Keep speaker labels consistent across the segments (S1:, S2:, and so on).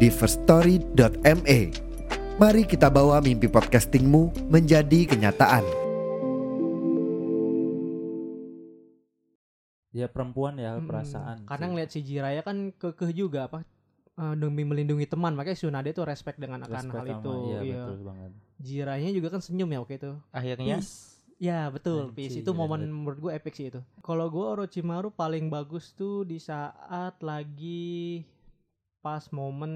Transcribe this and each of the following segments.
S1: di firststory.me. Mari kita bawa mimpi podcastingmu menjadi kenyataan.
S2: Ya perempuan ya
S3: Mm-mm.
S2: perasaan.
S3: Hmm, Karena
S2: sih.
S3: ngeliat si Jiraya kan kekeh juga apa eh, demi melindungi teman makanya Sunade tuh respect dengan akan
S2: Respect
S3: hal
S2: sama-
S3: itu.
S2: Iya,
S3: iya.
S2: betul banget.
S3: Jiraiya juga kan senyum ya waktu itu.
S4: akhirnya
S3: Ya betul,
S2: Anjing,
S3: Pis. Itu momen
S2: bener.
S3: menurut gue epic sih itu. Kalau gue Orochimaru paling bagus tuh di saat lagi pas momen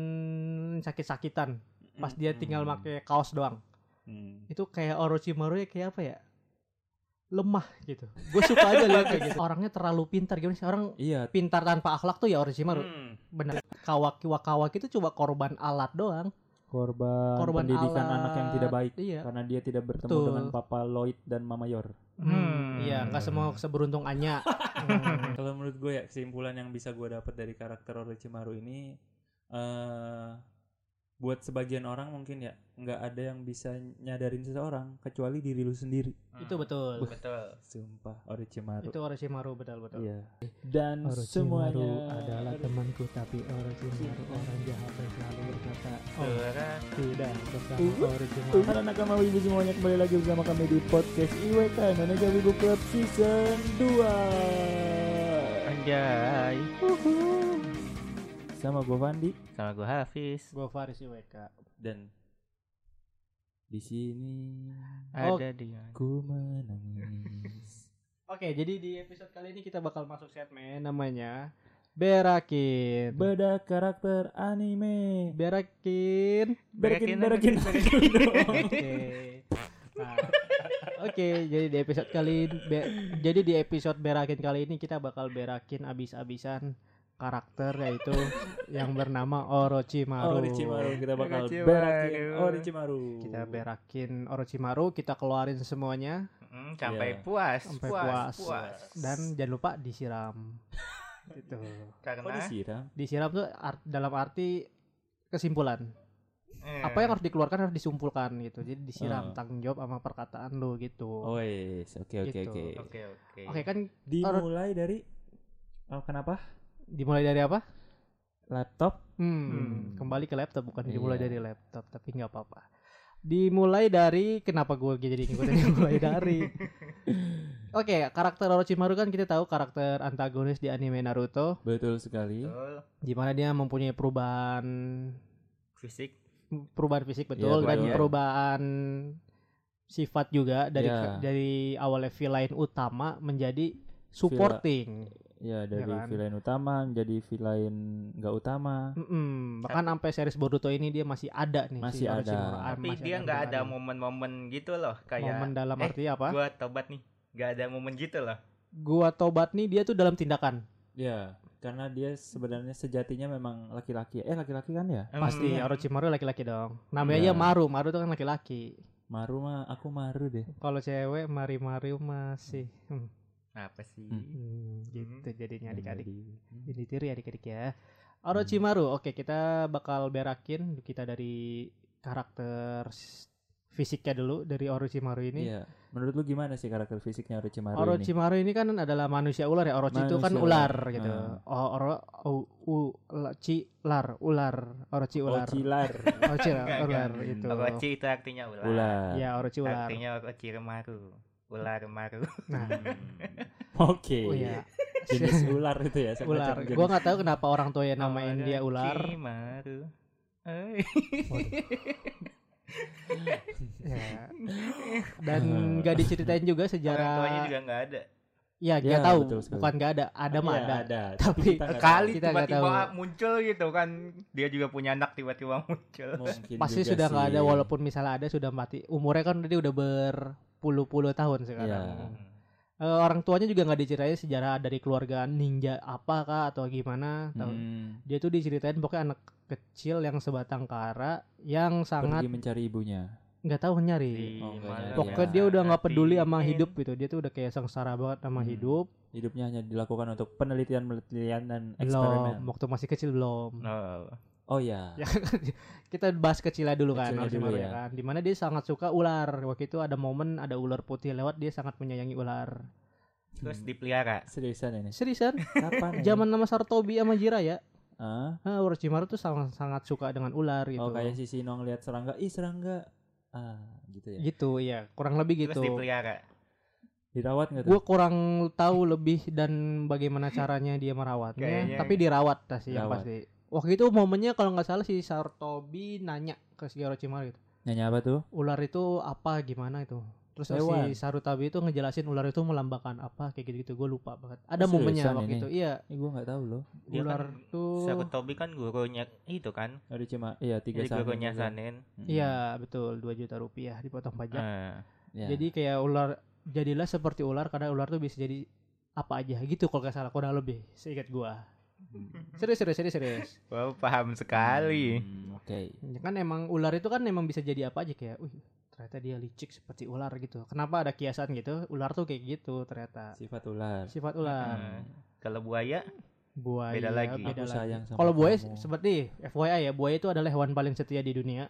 S3: sakit-sakitan. Pas dia tinggal
S2: Mm-mm.
S3: pakai kaos doang.
S2: Mm.
S3: Itu kayak Orochimaru ya kayak apa ya? Lemah gitu. Gue suka aja lihat kayak gitu. Orangnya terlalu pintar gimana sih? Orang
S2: Iya.
S3: pintar tanpa akhlak tuh ya Orochimaru.
S2: Mm.
S3: Bener. Kawaki wakawaki itu coba korban alat doang.
S2: Korban,
S3: Korban
S2: pendidikan
S3: alat.
S2: anak yang tidak baik
S3: Iya.
S2: karena dia tidak bertemu
S3: Betul.
S2: dengan Papa Lloyd dan Mama Yor.
S3: Hmm, iya, nggak semua seberuntung Anya. Hmm.
S2: Kalau menurut gue ya kesimpulan yang bisa gue dapat dari karakter Orochimaru ini eh buat sebagian orang mungkin ya nggak ada yang bisa nyadarin seseorang kecuali diri lu sendiri.
S3: itu betul.
S4: betul
S2: Sumpah Orochimaru.
S3: Itu Orochimaru betul-betul.
S2: Iya. Dan semuanya
S3: adalah temanku tapi Orochimaru orang jahat yang selalu berkata oh tidak bersama Orochimaru
S2: Para nakama wibu semuanya kembali lagi bersama kami di podcast IWK Indonesia Wibu Club Season 2
S4: anjay
S2: Uhuh. Sama gue Fandi
S4: sama gue Hafiz
S3: gue Faris IWK
S2: Dan di sini
S3: Oh,
S4: ada dia
S2: ku menangis
S3: oke jadi di episode kali ini kita bakal masuk segmen namanya Berakin
S2: Beda karakter anime
S3: Berakin
S2: Berakin, berakin,
S4: Berakin,
S2: berakin.
S3: Oke. Nah, Oke, jadi di episode kali be- jadi di episode berakin kali ini kita bakal berakin abis-abisan karakter yaitu yang bernama Orochimaru.
S2: Orochimaru Oh, kita bakal
S4: Orochimaru.
S2: berakin Oh, Orochimaru
S3: Kita berakin Orochimaru, kita keluarin semuanya
S4: Hmm,
S2: Iya.
S4: sampai puas
S3: Sampai puas.
S4: puas
S3: dan jangan lupa disiram. Gitu.
S2: Kok
S4: karena
S2: disiram?
S3: Disiram tuh art- dalam arti kesimpulan.
S4: eh,
S3: Apa ya yang harus dikeluarkan harus disimpulkan gitu. Jadi disiram
S2: Oh.
S3: tanggung jawab sama perkataan lu gitu.
S2: Oh yes, oke oke
S3: Gitu.
S2: oke
S4: oke oke
S3: Oke, kan
S2: Dimulai dari oh, Kenapa?
S3: dimulai dari apa?
S2: Laptop
S3: Hmm,
S2: Hmm.
S3: kembali ke laptop bukan
S2: Iya.
S3: dimulai dari laptop tapi nggak apa-apa. Dimulai dari kenapa gue jadi ngikutin dimulai dari. Oke, karakter Orochimaru kan kita tahu karakter antagonis di anime Naruto
S2: Betul sekali
S4: betul
S3: di mana dia mempunyai perubahan
S4: fisik
S3: perubahan fisik betul
S2: Iya,
S3: dan
S2: betul.
S3: perubahan sifat juga dari
S2: Iya.
S3: dari awalnya villain utama menjadi supporting.
S2: Ya dari
S3: kan?
S2: villain utama menjadi villain nggak utama.
S3: Mm-mm, bahkan sampai series Boruto ini dia masih ada nih
S2: Masih ada.
S3: Orochimaru. Ah,
S4: tapi
S3: masih
S4: dia nggak ada
S3: perubahan.
S4: momen-momen gitu loh
S3: momen
S4: kayak
S3: dalam
S4: eh,
S3: arti apa?
S4: gue tobat nih nggak ada momen gitu loh
S3: gua tobat nih dia tuh dalam tindakan
S2: Ya karena dia sebenarnya sejatinya memang laki-laki. Eh laki-laki kan ya?
S3: pasti
S4: Hmm.
S3: Orochimaru laki-laki dong namanya aja
S2: Iya.
S3: Maru Maru tuh kan laki-laki
S2: Maru mah aku maru deh.
S3: kalau cewek Mari Maru masih Hmm,
S4: apa sih
S2: Hmm.
S3: hmm, gitu jadinya adik-adik
S2: Jadi-
S3: ini tiri adik-adik ya Orochimaru oke kita bakal berakin kita dari karakter s- fisiknya dulu dari Orochimaru ini
S2: Iya. Menurut lu gimana sih karakter fisiknya Orochimaru, ini?
S3: Orochimaru ini kan adalah manusia ular ya. Orochi itu kan
S2: Manusia
S3: ular
S2: ular.
S3: gitu.
S2: Hmm.
S3: O- Oro u- u- la- ci- lar ular. Orochi ular.
S2: Ocilar.
S3: Orochi ular,
S4: Enggak,
S3: ular
S4: enggak.
S3: gitu.
S4: Orochi itu artinya ular,
S2: Ular.
S3: Ya Orochi ular.
S4: artinya Orochi remaru ular remaru
S3: Nah,
S2: Iya. Oke.
S3: oh ya.
S2: Jenis ular itu ya. semacam
S3: ular.
S2: jenis.
S3: Gua nggak tahu kenapa orang tua
S4: Oh,
S3: yang namain dia ular.
S4: Orochimaru. Eh.
S3: Ya. Dan
S2: Iya.
S3: nggak diceritain juga
S4: Orang tuanya
S3: sejarah.
S4: juga nggak ada.
S3: Ya nggak
S2: Ya,
S3: tahu.
S2: betul sekali.
S3: Bukan nggak ada. Ada mah
S2: Iya,
S3: ada.
S2: ada.
S3: Tapi
S2: kita nggak
S4: Kali
S3: Kita nggak
S4: tiba-tiba
S3: tahu.
S4: muncul gitu kan. Dia juga punya anak tiba-tiba muncul.
S2: tahu. Mungkin
S3: Pasti
S2: juga
S3: sudah nggak ada.
S2: sih.
S3: Walaupun misalnya ada sudah mati. Umurnya kan tadi udah berpuluh-puluh tahun sekarang.
S2: Iya.
S4: Hmm.
S3: eh, orang tuanya juga nggak diceritain sejarah dari keluarga ninja apa kah atau gimana Tau-
S2: Hmm,
S3: dia tuh diceritain pokoknya anak kecil yang sebatang kara yang sangat
S2: pergi mencari ibunya.
S3: nggak tahu nyari
S4: Di
S2: Oh, nggak
S4: mana
S2: nyari.
S3: pokoknya
S4: ya?
S3: dia udah nggak peduli sama
S4: Hatiin.
S3: hidup gitu dia tuh udah kayak sengsara banget sama
S2: Hmm.
S3: hidup
S2: Hidupnya hanya dilakukan untuk penelitian-penelitian dan
S3: belum
S2: eksperimen.
S3: waktu masih kecil belum
S4: Oh,
S2: Oh ya.
S3: Ya, kita bahas kecilnya dulu kan
S2: Kecilnya
S3: harus
S2: dulu
S3: baru
S2: ya.
S3: ya kan dimana dia sangat suka ular waktu itu ada momen ada ular putih lewat dia sangat menyayangi ular
S4: terus dipelihara.
S2: seriusan ini.
S3: seriusan
S2: Kapan? ini?
S3: zaman nama Sartobi sama Jiraya
S2: Ah,
S3: Nah, Orochimaru tuh sangat sangat suka dengan ular gitu.
S2: Oh kayak si Sinong lihat serangga, ih serangga. Ah, gitu ya.
S3: gitu ya, kurang lebih
S4: Terus
S3: gitu.
S4: dipelihara.
S2: Dirawat nggak tuh?
S3: Gue kurang tahu lebih dan bagaimana caranya dia merawatnya,
S4: Kayaknya- ya.
S3: tapi dirawat lah sih yang
S2: Dirawat.
S3: pasti. Waktu itu momennya kalau nggak salah si Sartobi nanya ke si Orochimaru gitu.
S2: Nyanyi apa tuh?
S3: Ular itu apa gimana itu? Terus
S2: Hewan.
S3: si Sarutobi itu ngejelasin ular itu melambangkan apa kayak gitu-gitu. Gue lupa banget. Ada
S2: Oh,
S3: momennya
S2: seriusan
S3: waktu
S2: ini?
S3: itu. Iya,
S2: Ini gue nggak tahu loh.
S4: Dia
S3: ular
S4: kan
S3: tuh
S4: Sarutobi kan gurunya itu kan.
S2: Ada cuma iya tiga
S4: Jadi
S2: sanin
S4: gurunya
S2: juga.
S4: Sanin.
S2: Mm.
S3: Iya, betul. 2 juta rupiah dipotong pajak.
S4: Eh,
S2: Iya.
S3: Jadi kayak ular jadilah seperti ular karena ular tuh bisa jadi apa aja gitu kalau nggak salah kurang lebih seingat gua.
S4: Hmm.
S3: Serius serius serius serius.
S4: Wow, paham sekali.
S2: Hmm, Oke.
S3: Ya kan emang ular itu kan emang bisa jadi apa aja kayak wih ternyata dia licik seperti ular gitu. Kenapa ada kiasan gitu? Ular tuh kayak gitu ternyata.
S2: Sifat ular.
S3: Sifat ular.
S4: Eh, Kalau buaya,
S3: Buaya.
S4: Beda
S3: beda
S4: lagi.
S2: Hmm. Aku
S3: lagi.
S2: sayang sama
S3: Kalau buaya
S2: kamu.
S3: seperti FYI ya, buaya itu adalah hewan paling setia di dunia.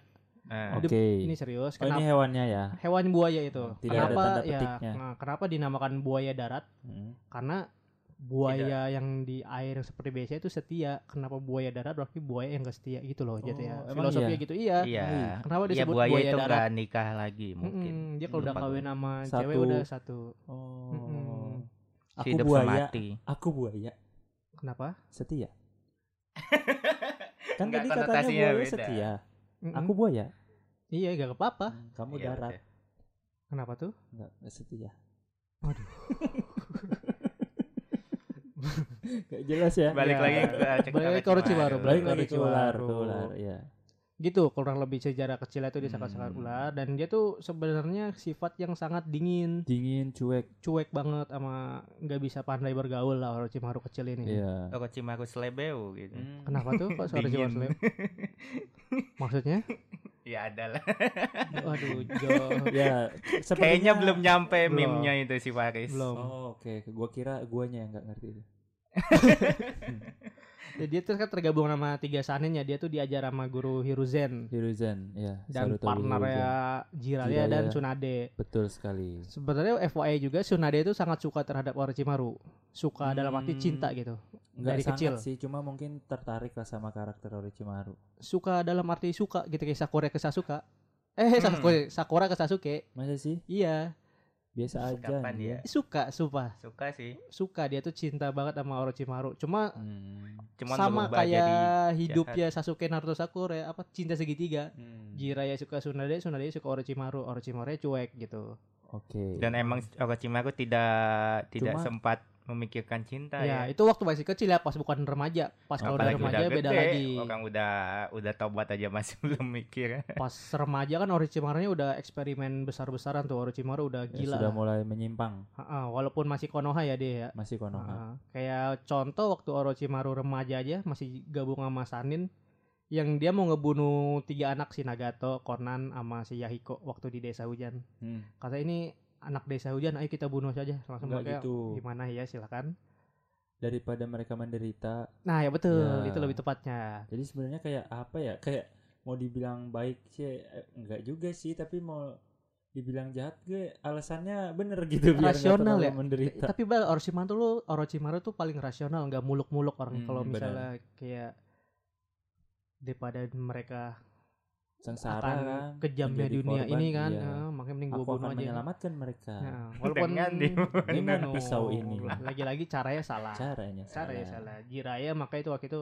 S4: eh,
S2: Oke.
S3: Ini serius.
S2: Oh, ini
S3: Kenapa
S2: hewannya ya.
S3: hewan buaya itu?
S2: Tidak ada
S3: kenapa
S2: tanda
S3: ya?
S2: petiknya.
S3: nah, kenapa dinamakan buaya darat?
S2: Hmm.
S3: karena buaya yang di air yang seperti biasa itu setia kenapa buaya darat berarti buaya yang gak setia gitu loh jadi ya
S2: Oh, emang
S3: filosofinya
S2: iya?
S3: gitu iya
S4: iya.
S3: kenapa
S4: Iya
S3: disebut
S4: buaya,
S3: buaya
S4: itu
S3: darat?
S4: nggak nikah lagi mungkin.
S3: Mm-mm, dia kalau udah
S4: Lupa
S3: kawin
S4: gua.
S3: sama
S2: Satu.
S3: cewek udah satu
S2: Oh.
S3: Mm-mm.
S2: Aku
S4: Hidup
S2: buaya.
S4: semati.
S2: Aku buaya.
S3: kenapa
S2: Setia. Kan
S4: Nggak,
S2: tadi katanya
S4: konotasinya
S2: buaya
S4: beda.
S2: setia.
S3: Mm-mm.
S2: Aku buaya.
S3: iya gak apa-apa
S2: Hmm, Kamu
S4: Iya,
S2: darat.
S4: udah.
S3: kenapa tuh
S2: Enggak, enggak setia.
S3: Waduh.
S2: Gak jelas ya.
S4: Balik
S3: Iya.
S4: lagi ke cek
S3: Balik lagi ke Orochimaru,
S2: Balik lagi
S3: Balik
S2: ke ular,
S3: ke
S2: ke
S3: ular.
S2: ular, ya.
S3: gitu kurang lebih sejarah kecil itu dia sangat-sangat
S2: Hmm.
S3: ular dan dia tuh sebenarnya sifat yang sangat dingin
S2: Dingin, cuek,
S3: cuek banget sama nggak bisa pandai bergaul lah Orochimaru kecil ini
S2: ya.
S4: Orochimaru selebeu gitu.
S3: kenapa tuh kok suara
S4: Dingin.
S3: Hmm. Orochimaru maksudnya
S4: Ya ada lah.
S3: Waduh, Jo.
S2: Ya,
S4: Kayaknya
S2: sepertinya-
S4: belum nyampe
S3: Belum.
S4: meme-nya itu si Faris.
S3: Belum.
S2: Oh, oke. Gua kira guanya yang enggak ngerti itu.
S3: Ya, dia terus kan tergabung sama tiga sanin ya. Dia tuh diajar sama guru Hiruzen
S2: Hiruzen, ya.
S3: dan
S2: Sarutobi Hiruzen.
S3: partnernya Jiraiya
S2: Jiraiya.
S3: dan Tsunade.
S2: Betul sekali.
S3: Sebenarnya FYI juga Tsunade itu sangat suka terhadap Orochimaru. Suka dalam arti
S2: Hmm.
S3: cinta gitu.
S2: Enggak
S3: Dari
S2: sangat
S3: kecil.
S2: sih, cuma mungkin tertarik lah sama karakter Orochimaru.
S3: Suka dalam arti suka gitu kayak Sakura ke Sasuke. Eh,
S4: Hmm.
S3: Sakura, Sakura ke Sasuke.
S2: Masa sih?
S3: Iya,
S2: Biasa aja.
S4: Kapan
S2: anjir.
S4: ya?
S3: suka, sumpah.
S4: Suka sih.
S3: Suka dia tuh cinta banget sama Orochimaru. Cuma
S2: Hmm.
S4: Cuman
S3: sama
S4: berubah jadi
S3: kayak hidupnya Sasuke Naruto Sakura apa cinta segitiga.
S2: Hmm.
S3: Jiraiya suka Tsunade, Tsunade suka Orochimaru, Orochimaru cuek gitu.
S2: Oke.
S4: dan emang Orochimaru tidak
S2: Cuma-
S4: tidak sempat memikirkan cinta
S3: ya,
S4: ya.
S3: itu waktu masih kecil ya, pas bukan remaja. Pas kalau udah
S4: Apalagi udah
S3: remaja
S4: gede,
S3: beda lagi.
S4: Orang udah udah tobat aja masih belum mikir.
S3: Pas remaja kan Orochimarunya udah eksperimen besar-besaran tuh, Orochimaru udah
S2: Ya,
S3: gila.
S2: sudah
S3: lah.
S2: mulai menyimpang
S3: Ha-ha, walaupun masih Konoha ya dia ya.
S2: masih Konoha.
S3: Ha-ha. Kayak contoh waktu Orochimaru remaja aja masih gabung sama Sanin yang dia mau ngebunuh tiga anak si Nagato, Konan, sama si Yahiko waktu di desa hujan.
S2: Hmm.
S3: Kata ini anak desa hujan, ayo kita bunuh saja langsung
S2: Enggak
S3: Kan mereka,
S2: gitu.
S3: Gimana ya silakan.
S2: Daripada mereka menderita,
S3: Nah ya betul,
S2: Ya.
S3: itu lebih tepatnya.
S2: Jadi sebenarnya kayak apa ya? Kayak mau dibilang baik sih eh, enggak juga sih, tapi mau dibilang jahat gue alasannya bener gitu biar nggak
S3: Rasional
S2: terlalu
S3: ya?
S2: menderita.
S3: Tapi bal Orochimaru tuh lu- Orochimaru tuh paling rasional, nggak muluk-muluk orang
S2: Hmm,
S3: kalau
S2: benar.
S3: misalnya kayak daripada mereka
S2: Sengsara
S3: akan
S2: kan,
S3: kejamnya
S2: menjadi
S3: dunia
S2: korban,
S3: ini kan,
S2: iya.
S3: eh, makanya mending gue
S2: Aku
S3: bunuh
S2: akan
S3: aja.
S2: menyelamatkan mereka.
S3: Nah, walaupun
S4: Dengan dibunuh
S3: gimana dong?
S2: pisau ini.
S3: Lagi-lagi caranya salah.
S2: Caranya
S3: Caranya salah. Jiraya makanya itu waktu itu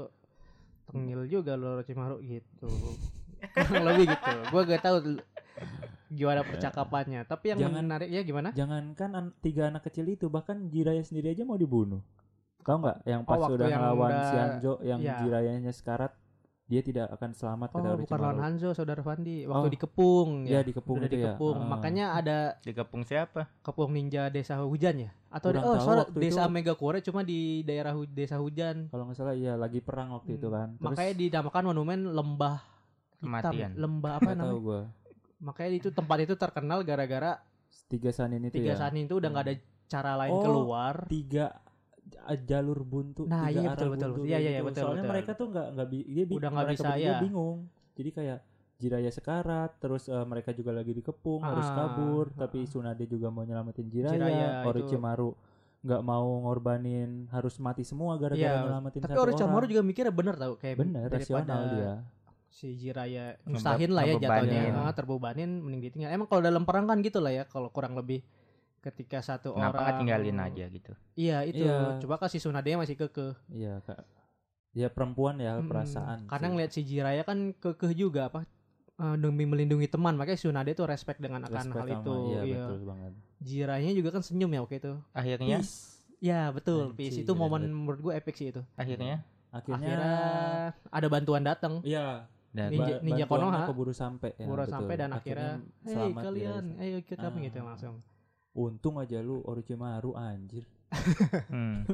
S3: tengil
S2: Hmm.
S3: juga lu Orochimaru gitu. Kurang lebih gitu. Gua gak tahu l- gimana percakapannya. Tapi yang
S2: Jangan-
S3: menarik ya gimana?
S2: Jangankan an- tiga anak kecil itu, bahkan Jiraya sendiri aja mau dibunuh. Tahu nggak? Yang
S3: Oh,
S2: pas
S3: waktu
S2: udah
S3: yang
S2: ngelawan
S3: udah-
S2: Sianjo yang
S3: ya.
S2: Jirayanya sekarat dia tidak akan selamat kata
S3: Oh, bukan
S2: Orochimaru.
S3: lawan Hanzo, saudara Fandi. Waktu
S2: Oh.
S3: dikepung
S2: ya
S3: ya.
S2: dikepung
S3: Udah
S2: itu ya
S3: dikepung.
S2: Ah.
S3: Makanya ada
S4: Dikepung siapa?
S3: kepung ninja desa hujan ya? Atau
S2: Kurang
S3: oh,
S2: tahu
S3: sorry,
S2: waktu
S3: desa
S2: itu.
S3: Megakure cuma di daerah hu- desa hujan.
S2: kalau nggak salah ya lagi perang waktu itu kan Terus,
S3: Hmm, Makanya dinamakan monumen lembah hitam,
S4: Kematian.
S3: lembah apa
S2: nggak tahu
S3: namanya?
S2: gue
S3: Makanya itu tempat itu terkenal gara-gara
S2: tiga sanin itu ya
S3: tiga sanin itu udah nggak ada cara lain
S2: Oh.
S3: keluar.
S2: tiga j- jalur buntu tiga
S3: Nah, iya,
S2: arah
S3: betul, betul,
S2: buntu
S3: betul. Iya,
S2: kayak
S3: iya,
S2: gitu.
S3: betul,
S2: soalnya
S3: betul.
S2: mereka tuh nggak nggak bi- dia bi-
S3: Udah nggak
S2: mereka
S3: bisa,
S2: berdua
S3: ya.
S2: bingung jadi kayak Jiraya sekarat terus eh, mereka juga lagi dikepung harus
S3: Ah,
S2: kabur
S3: ah.
S2: tapi Tsunade juga mau nyelamatin Jiraya,
S3: Jiraiya, itu.
S2: Orochimaru nggak mau ngorbanin harus mati semua gara-gara
S3: Iya,
S2: nyelamatin
S3: Tapi
S2: satu
S3: Orochimaru
S2: orang
S3: juga mikirnya bener tau kayak
S2: bener rasional
S3: daripada
S2: dia
S3: si Jiraya
S4: Membe-
S3: mustahin lah ya
S4: membebanin.
S3: jatuhnya Ah, terbebanin mending ditinggal emang kalau dalam perang kan gitu lah ya kalau kurang lebih ketika satu orang
S4: Kenapa nggak tinggalin aja gitu?
S3: iya itu
S2: Iya.
S3: coba kasih Tsunade masih kekeh
S2: iya kak ya perempuan ya
S3: Mm-mm.
S2: perasaan
S3: Hmm, karena
S2: sih.
S3: ngeliat si Jiraya kan kekeh juga apa eh, demi melindungi teman makanya Tsunade tuh respect dengan akan
S2: Respect
S3: hal
S2: sama-
S3: itu
S2: iya,
S3: iya.
S2: betul Iya. banget
S3: Jiraiya juga kan senyum ya waktu itu
S4: Akhirnya,
S3: ya betul Pis
S2: Anjir,
S3: itu momen
S2: bener.
S3: menurut gue epic sih itu
S4: akhirnya
S2: akhirnya,
S3: akhirnya ada bantuan datang
S2: iya
S4: dan
S3: Ninja-
S2: ba-
S3: Ninja
S2: bantuannya
S3: Konoha.
S2: keburu sampai ya,
S3: Buru
S2: betul.
S3: sampai dan akhirnya, Hei
S2: selamat
S3: kalian,
S2: Jiraiya.
S3: ayo ikut kami
S2: Ah.
S3: gitu langsung.
S2: Untung aja lu Orochimaru anjir.
S3: Iya.
S4: Hmm.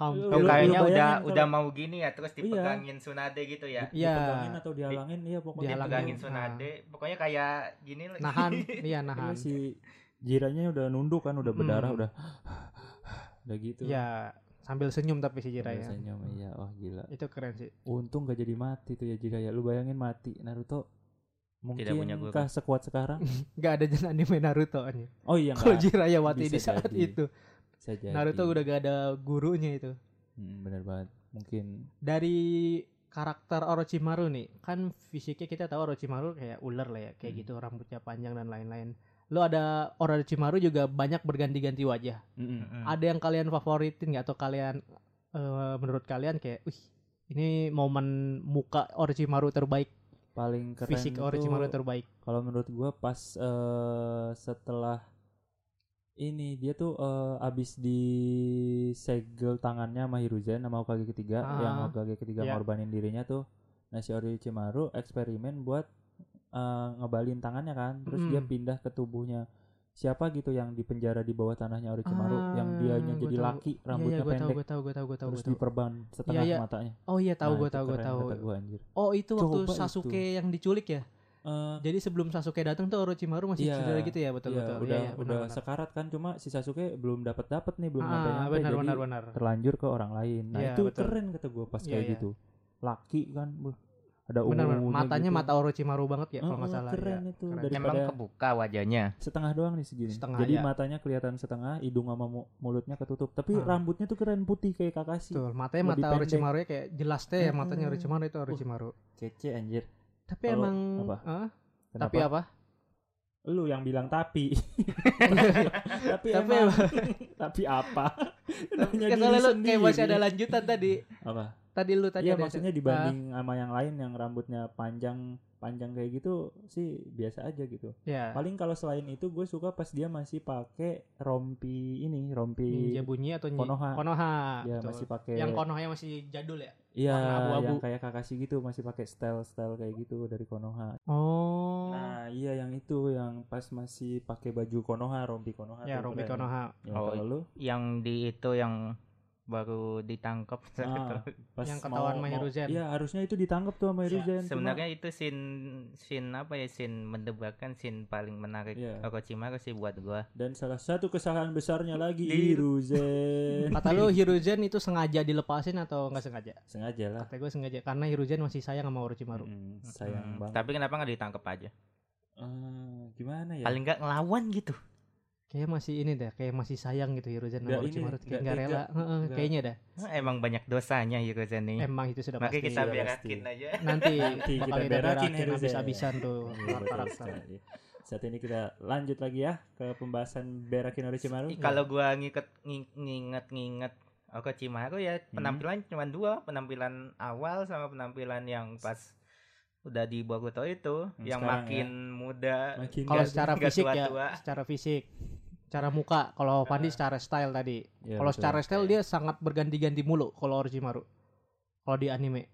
S3: Hampir.
S4: Oh,
S2: Lu- lu
S4: kayaknya
S2: bayangin
S4: udah
S2: kalau-
S4: udah mau gini ya terus dipegangin Tsunade gitu ya.
S3: Iya.
S2: Dipegangin atau dihalangin ya pokoknya
S3: Dihalangin.
S4: Dipegangin
S3: Nah.
S4: Tsunade, pokoknya kayak gini lah.
S3: nahan iya
S2: Iya,
S3: nahan
S2: si jiranya udah nunduk kan udah berdarah
S3: Hmm.
S2: udah udah gitu.
S3: ya sambil senyum tapi si
S2: Sambil
S3: Jiraiya
S2: senyum, Iya, oh gila.
S3: itu keren sih
S2: Untung gak jadi mati tuh ya Jiraiya. Lu bayangin mati Naruto.
S4: Tidak punya kan? guru.
S2: Mungkinkah sekuat sekarang?
S3: nggak ada jalan anime Naruto nya
S2: Oh iya
S3: kalau
S2: enggak.
S3: Jiraiya mati
S2: Bisa
S3: di saat
S2: jadi.
S3: itu
S2: Bisa jadi.
S3: Naruto udah gak ada gurunya itu
S2: Mm, bener banget. Mungkin
S3: dari karakter Orochimaru nih kan fisiknya kita tahu Orochimaru kayak ular lah ya kayak
S2: Hmm.
S3: gitu rambutnya panjang dan lain-lain lo ada Orochimaru juga banyak berganti-ganti wajah
S2: Mm-mm.
S4: Mm-mm.
S3: ada yang kalian favoritin nggak atau kalian eh, menurut kalian kayak wih ini momen muka Orochimaru terbaik
S2: paling keren
S3: fisik Orochimaru
S2: tuh
S3: terbaik Iya,
S2: kalau menurut gua pas eh, setelah ini dia tuh eh, abis disegel tangannya sama Hiruzen sama Hokage ketiga
S3: Ah,
S2: yang Hokage ketiga
S3: iya.
S2: ngorbanin dirinya tuh nah si Orochimaru eksperimen buat eh, ngebalin tangannya kan terus dia
S3: Mm.
S2: pindah ke tubuhnya siapa gitu yang dipenjara di bawah tanahnya Orochimaru yang
S3: Ah,
S2: dianya
S3: gua
S2: jadi
S3: tahu.
S2: laki rambutnya
S3: Iya, iya,
S2: pendek
S3: gue tahu, gue tahu, gue tahu, gue
S2: terus
S3: tahu.
S2: diperban setengah
S3: iya.
S2: matanya
S3: Oh iya, tahu,
S2: Nah,
S3: gue
S2: itu
S3: tahu, gue
S2: keren
S3: tahu.
S2: kata gua, anjir.
S3: Oh itu waktu
S2: Coba itu.
S3: Sasuke yang diculik ya.
S2: Eh,
S3: Jadi sebelum Sasuke datang tuh Orochimaru masih
S2: Iya,
S3: cedera gitu ya, betul,
S2: Iya,
S3: betul.
S2: udah
S3: iya,
S2: udah
S3: benar, benar.
S2: sekarat kan cuma si Sasuke belum dapat dapat nih belum
S3: Ah,
S2: nyampe nyampe
S3: benar,
S2: jadi
S3: benar, benar.
S2: terlanjur ke orang lain nah
S3: Iya,
S2: itu
S3: betul.
S2: keren kata gue pas
S3: Iya,
S2: kayak
S3: iya.
S2: gitu laki kan buh, ada
S3: Benar, benar.
S2: ungunya
S3: Matanya
S2: gitu.
S3: mata Orochimaru banget ya, kalau nggak
S2: Heeh,
S3: salah.
S2: keren
S3: iya.
S2: itu
S3: keren.
S2: daripada
S4: Emang kebuka wajahnya.
S2: setengah doang nih segini
S3: Setengah,
S2: jadi
S3: iya.
S2: matanya kelihatan setengah hidung sama mu- mulutnya ketutup tapi
S3: Ah.
S2: rambutnya tuh keren putih kayak Kakashi
S3: Betul, matanya
S2: Lebih
S3: mata
S2: pendek. Iya.
S3: Orochimaru kayak jelas deh ya matanya
S2: Mm-mm.
S3: Orochimaru itu Orochimaru.
S2: kece anjir
S3: Tapi
S2: Kalau
S3: emang
S2: apa?
S3: Hah?
S2: Kenapa?
S3: tapi apa?
S2: lu yang bilang tapi tapi
S3: Tapi
S2: emang tapi apa Nanya diri
S3: Kayak Ya, soalnya lu kayak masih
S2: sendiri.
S3: ada lanjutan tadi.
S2: apa
S3: Tadi lu tadi
S2: Iya
S3: ada- Ah.
S2: maksudnya dibanding sama yang lain yang rambutnya panjang panjang kayak gitu sih biasa aja gitu.
S3: Ah, ya.
S2: Paling kalau selain itu gue suka pas dia masih pakai rompi ini rompi
S3: Ninja bunyi atau nyi-
S2: Konoha.
S3: Konoha.
S2: dia
S3: betul.
S2: masih pakai
S3: Yang Konoha yang masih jadul ya?
S2: iya
S3: warna abu-abu.
S2: yang kayak Kakashi gitu masih pakai style style kayak gitu dari Konoha.
S3: Oh.
S2: Nah iya yang itu yang pas masih pakai baju Konoha rompi Konoha.
S3: ya
S2: tuh
S3: Robi
S2: keren.
S3: Konoha.
S2: Ya,
S4: Oh,
S2: kalau lu
S4: Yang di itu yang baru ditangkap.
S2: Ah,
S3: Nah.
S2: pas
S3: Yang
S2: mau-
S3: ketahuan sama
S2: mau-
S3: Hiruzen.
S2: Iya harusnya itu ditangkap tuh sama Hiruzen. cuma-
S4: Sebenarnya itu scene scene apa ya scene mendebarkan scene paling menarik
S2: Iya.
S4: Orochimaru sih buat gua.
S2: dan salah satu kesalahan besarnya lagi
S4: Di-
S2: Hiruzen.
S3: Kata lu Hiruzen itu sengaja dilepasin atau nggak sengaja?
S2: Sengaja lah.
S3: Kata gue sengaja karena Hiruzen masih sayang sama Orochimaru.
S2: Mm, sayang
S4: Hmm,
S2: banget.
S4: Tapi kenapa nggak ditangkap aja?
S2: Eh, gimana ya?
S4: Paling nggak ngelawan gitu.
S3: Kayak masih ini deh, kayak masih sayang gitu Hiruzen
S2: Nggak ini,
S3: sama Orochimaru. Kayak
S2: nggak tega,
S3: nggak rela, Heeh,
S2: nggak- Hmm.
S3: kayaknya dah.
S4: Nah, Emang banyak dosanya Hiruzen ini.
S3: Emang itu sudah
S4: Makanya
S3: pasti.
S4: kita
S2: Iya,
S4: berakin
S2: pasti.
S4: aja.
S3: Nanti,
S2: Nanti kita
S3: bakal kita
S2: berakin
S3: berakin,
S2: Hiruzen.
S3: habis-habisan tuh
S2: Iya, betul
S3: karakter.
S2: sekali. Saat ini kita lanjut lagi ya ke pembahasan berakin Orochimaru.
S4: Ih, Kalau gua ngiket nging- nginget-nginget Orochimaru ya
S2: Hmm.
S4: penampilan cuma dua, penampilan awal sama penampilan yang pas udah di Boruto itu
S2: Hmm,
S4: yang
S2: sekarang
S4: makin muda.
S2: Ya, makin
S3: Kalau
S2: gak-
S3: secara
S4: nggak
S3: fisik ya,
S4: tua-tua.
S3: secara fisik, cara muka. Kalau Pandi secara style tadi.
S2: Iya,
S3: Kalau
S2: betul.
S3: secara style dia sangat berganti-ganti mulu kalau Orochimaru. Kalau di anime.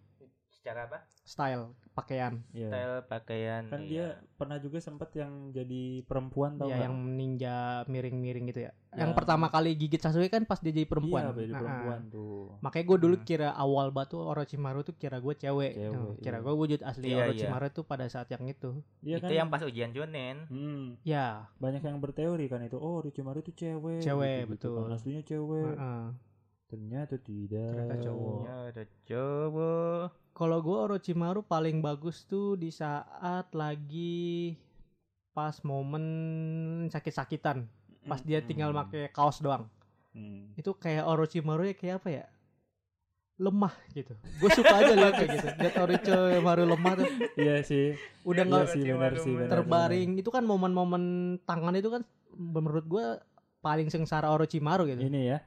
S4: secara apa
S3: style pakaian
S2: Iya.
S4: style pakaian
S2: Kan
S4: iya.
S2: dia pernah juga sempat yang jadi perempuan tau nggak? Iya,
S3: ya, yang ninja miring-miring gitu ya.
S2: Ya.
S3: Yang pertama kali gigit Sasuke kan pas dia jadi
S2: Iya,
S3: perempuan.
S2: jadi
S3: Nah,
S2: perempuan tuh.
S3: Makanya gue dulu
S2: Hmm.
S3: kira awal batu Orochimaru tuh kira gue cewek.
S2: Cewek,
S3: Tuh, Kira
S2: iya.
S3: gue wujud asli
S4: Iya, iya.
S3: Orochimaru tuh pada saat yang itu.
S2: Dia
S4: itu
S2: kan
S4: yang pas ujian Jonen
S2: Hmm,
S3: Ya,
S2: banyak yang berteori kan itu. Oh, Orochimaru itu cewek.
S3: Cewek,
S2: gitu-gitu
S3: betul.
S2: kan. Aslinya cewek.
S3: heeh.
S2: Ternyata tidak.
S3: Ternyata cowok.
S4: ya udah coba
S3: kalau gue Orochimaru paling bagus tuh di saat lagi pas momen sakit-sakitan. Pas dia tinggal
S2: Hmm.
S3: pakai kaos doang.
S2: Hmm.
S3: Itu kayak Orochimaru ya kayak apa ya? lemah gitu, gue suka aja lihat kayak gitu, lihat Orochimaru lemah tuh,
S2: Iya sih.
S3: udah
S2: Iya
S3: nggak
S2: sih, benar
S4: Orochimaru
S2: sih. benar,
S3: terbaring itu kan momen-momen tangan itu kan menurut gue paling sengsara Orochimaru
S2: benar.
S3: gitu.
S2: Ini ya.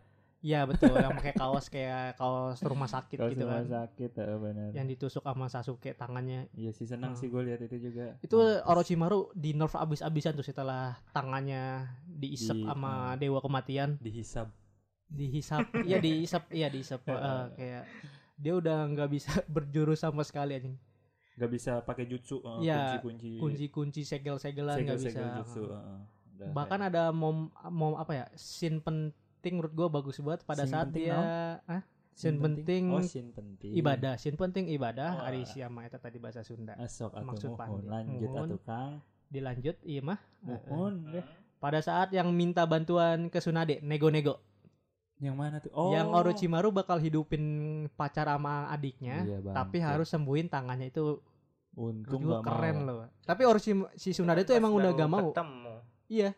S3: Iya betul yang pakai kaos kayak kaos rumah sakit
S2: Kalau
S3: gitu
S2: semua
S3: kan.
S2: sakit, eh, benar.
S3: Yang ditusuk sama Sasuke tangannya.
S2: Iya sih senang
S3: Hmm.
S2: sih gue lihat itu juga. Nah,
S3: Itu
S2: Mampus.
S3: Orochimaru di nerf abis-abisan tuh setelah tangannya diisep
S2: Di- ah.
S3: sama dewa kematian,
S2: dihisap.
S3: dihisap. Iya dihisap, iya dihisap eh, kayak dia udah nggak bisa berjurus sama sekali anjing.
S2: Gak bisa pakai jutsu. eh,
S3: Iya,
S2: kunci-kunci.
S3: Kunci-kunci segel-segelan nggak bisa. Ah.
S2: Segel-segel jutsu. eh, udah
S3: bahkan
S2: kayak-
S3: ada mom mom apa ya scene penting menurut gua bagus banget pada
S2: Scene
S3: saat
S2: penting
S3: dia Hah? scene penting,
S2: Oh, scene penting.
S3: ibadah scene penting ibadah
S2: Wah. Ah.
S3: hari siama eta tadi bahasa Sunda
S2: Asok
S3: Maksud
S2: atau mohon
S3: Pandi.
S2: lanjut
S3: Mohon.
S2: atau Kang.
S3: dilanjut iya mah
S2: Mohon deh.
S3: pada saat yang minta bantuan ke Sunade nego-nego
S2: Yang mana tuh? Oh.
S3: yang Orochimaru bakal hidupin pacar sama adiknya
S2: Iya, Bang.
S3: tapi
S2: Tuh.
S3: harus sembuhin tangannya itu
S2: untung
S3: juga
S2: gak
S3: keren
S2: mau.
S3: loh tapi Orochimaru si Sunade itu
S4: Pas
S3: emang udah
S4: baru
S3: gak mau
S4: ketemu
S3: Iya.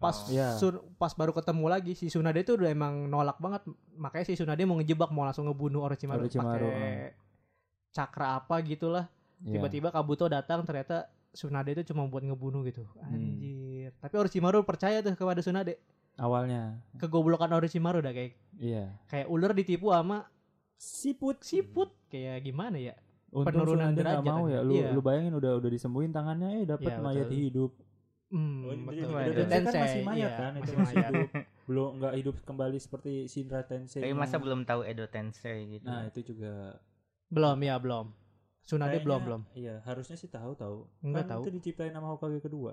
S3: Pas
S4: Oh.
S2: Iya.
S3: Sun- pas baru ketemu lagi si Sunade itu udah emang nolak banget. Makanya si Sunade mau ngejebak mau langsung ngebunuh Orochimaru,
S2: Orochimaru, ah.
S3: pakai cakra apa gitulah.
S2: Iya.
S3: Tiba-tiba Kabuto datang ternyata Sunade itu cuma buat ngebunuh gitu.
S2: Hmm.
S3: Anjir. Tapi Orochimaru percaya tuh kepada Sunade.
S2: Awalnya.
S3: Kegoblokan Orochimaru udah kayak
S2: Iya.
S3: kayak ular ditipu sama
S2: Siput.
S3: siput. Kayak gimana ya?
S2: Untung Sunade
S3: Penurunan
S2: nggak
S3: derajat
S2: mau ya.
S3: aja.
S2: Lu
S3: Iya.
S2: lu bayangin udah udah disembuhin tangannya eh dapat
S3: Iya, betul.
S2: mayat hidup.
S3: Hmm,
S2: Oh,
S3: betul.
S2: itu- itu
S3: Ada
S2: kan masih
S3: Tensei.
S2: mayat
S3: Iya,
S2: kan, itu
S3: masih
S2: masih
S3: mayat.
S2: hidup. Belum nggak hidup kembali seperti Shinra Tensei.
S4: Oh. tapi
S3: Nah,
S4: masa belum tahu Edo Tensei gitu
S2: Nah, itu juga
S3: belum ya, belum. Sunade
S2: Kayaknya-
S3: belum, belum.
S2: Iya, harusnya sih tahu tahu.
S3: Enggak
S2: kan
S3: tahu.
S2: Itu diciptain nama Hokage kedua.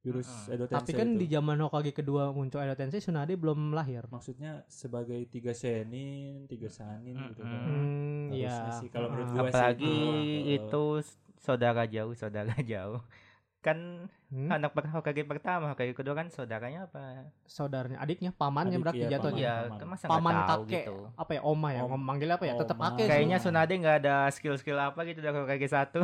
S2: Jurus
S4: Mm-mm.
S2: Edo Tensei.
S3: Tapi kan
S2: itu.
S3: di zaman Hokage kedua muncul Edo Tensei Tsunade belum lahir.
S2: maksudnya sebagai tiga senin, tiga sanin gitu kan.
S4: Mm-mm.
S3: Hmm,
S2: Harusnya
S3: ya.
S2: sih, kalau menurut
S3: Ah.
S2: gua sih Oh.
S4: apalagi
S2: itu-
S4: itu saudara jauh saudara jauh kan
S3: Hmm,
S4: anak per- Hokage pertama Hokage kedua kan saudaranya apa
S3: saudaranya, adiknya, pamannya
S2: Adik,
S3: berarti
S2: iya,
S3: jatuhnya.
S4: ya
S2: paman.
S4: kan masa nggak
S3: Paman
S4: tahu
S3: kakek,
S4: gitu
S3: apa ya, oma ya,
S2: Om-
S3: ngomong manggil apa ya, tetap
S2: oma.
S3: pakai.
S4: kayaknya
S2: Iya.
S4: Sunade nggak ada skill-skill apa gitu dari Hokage satu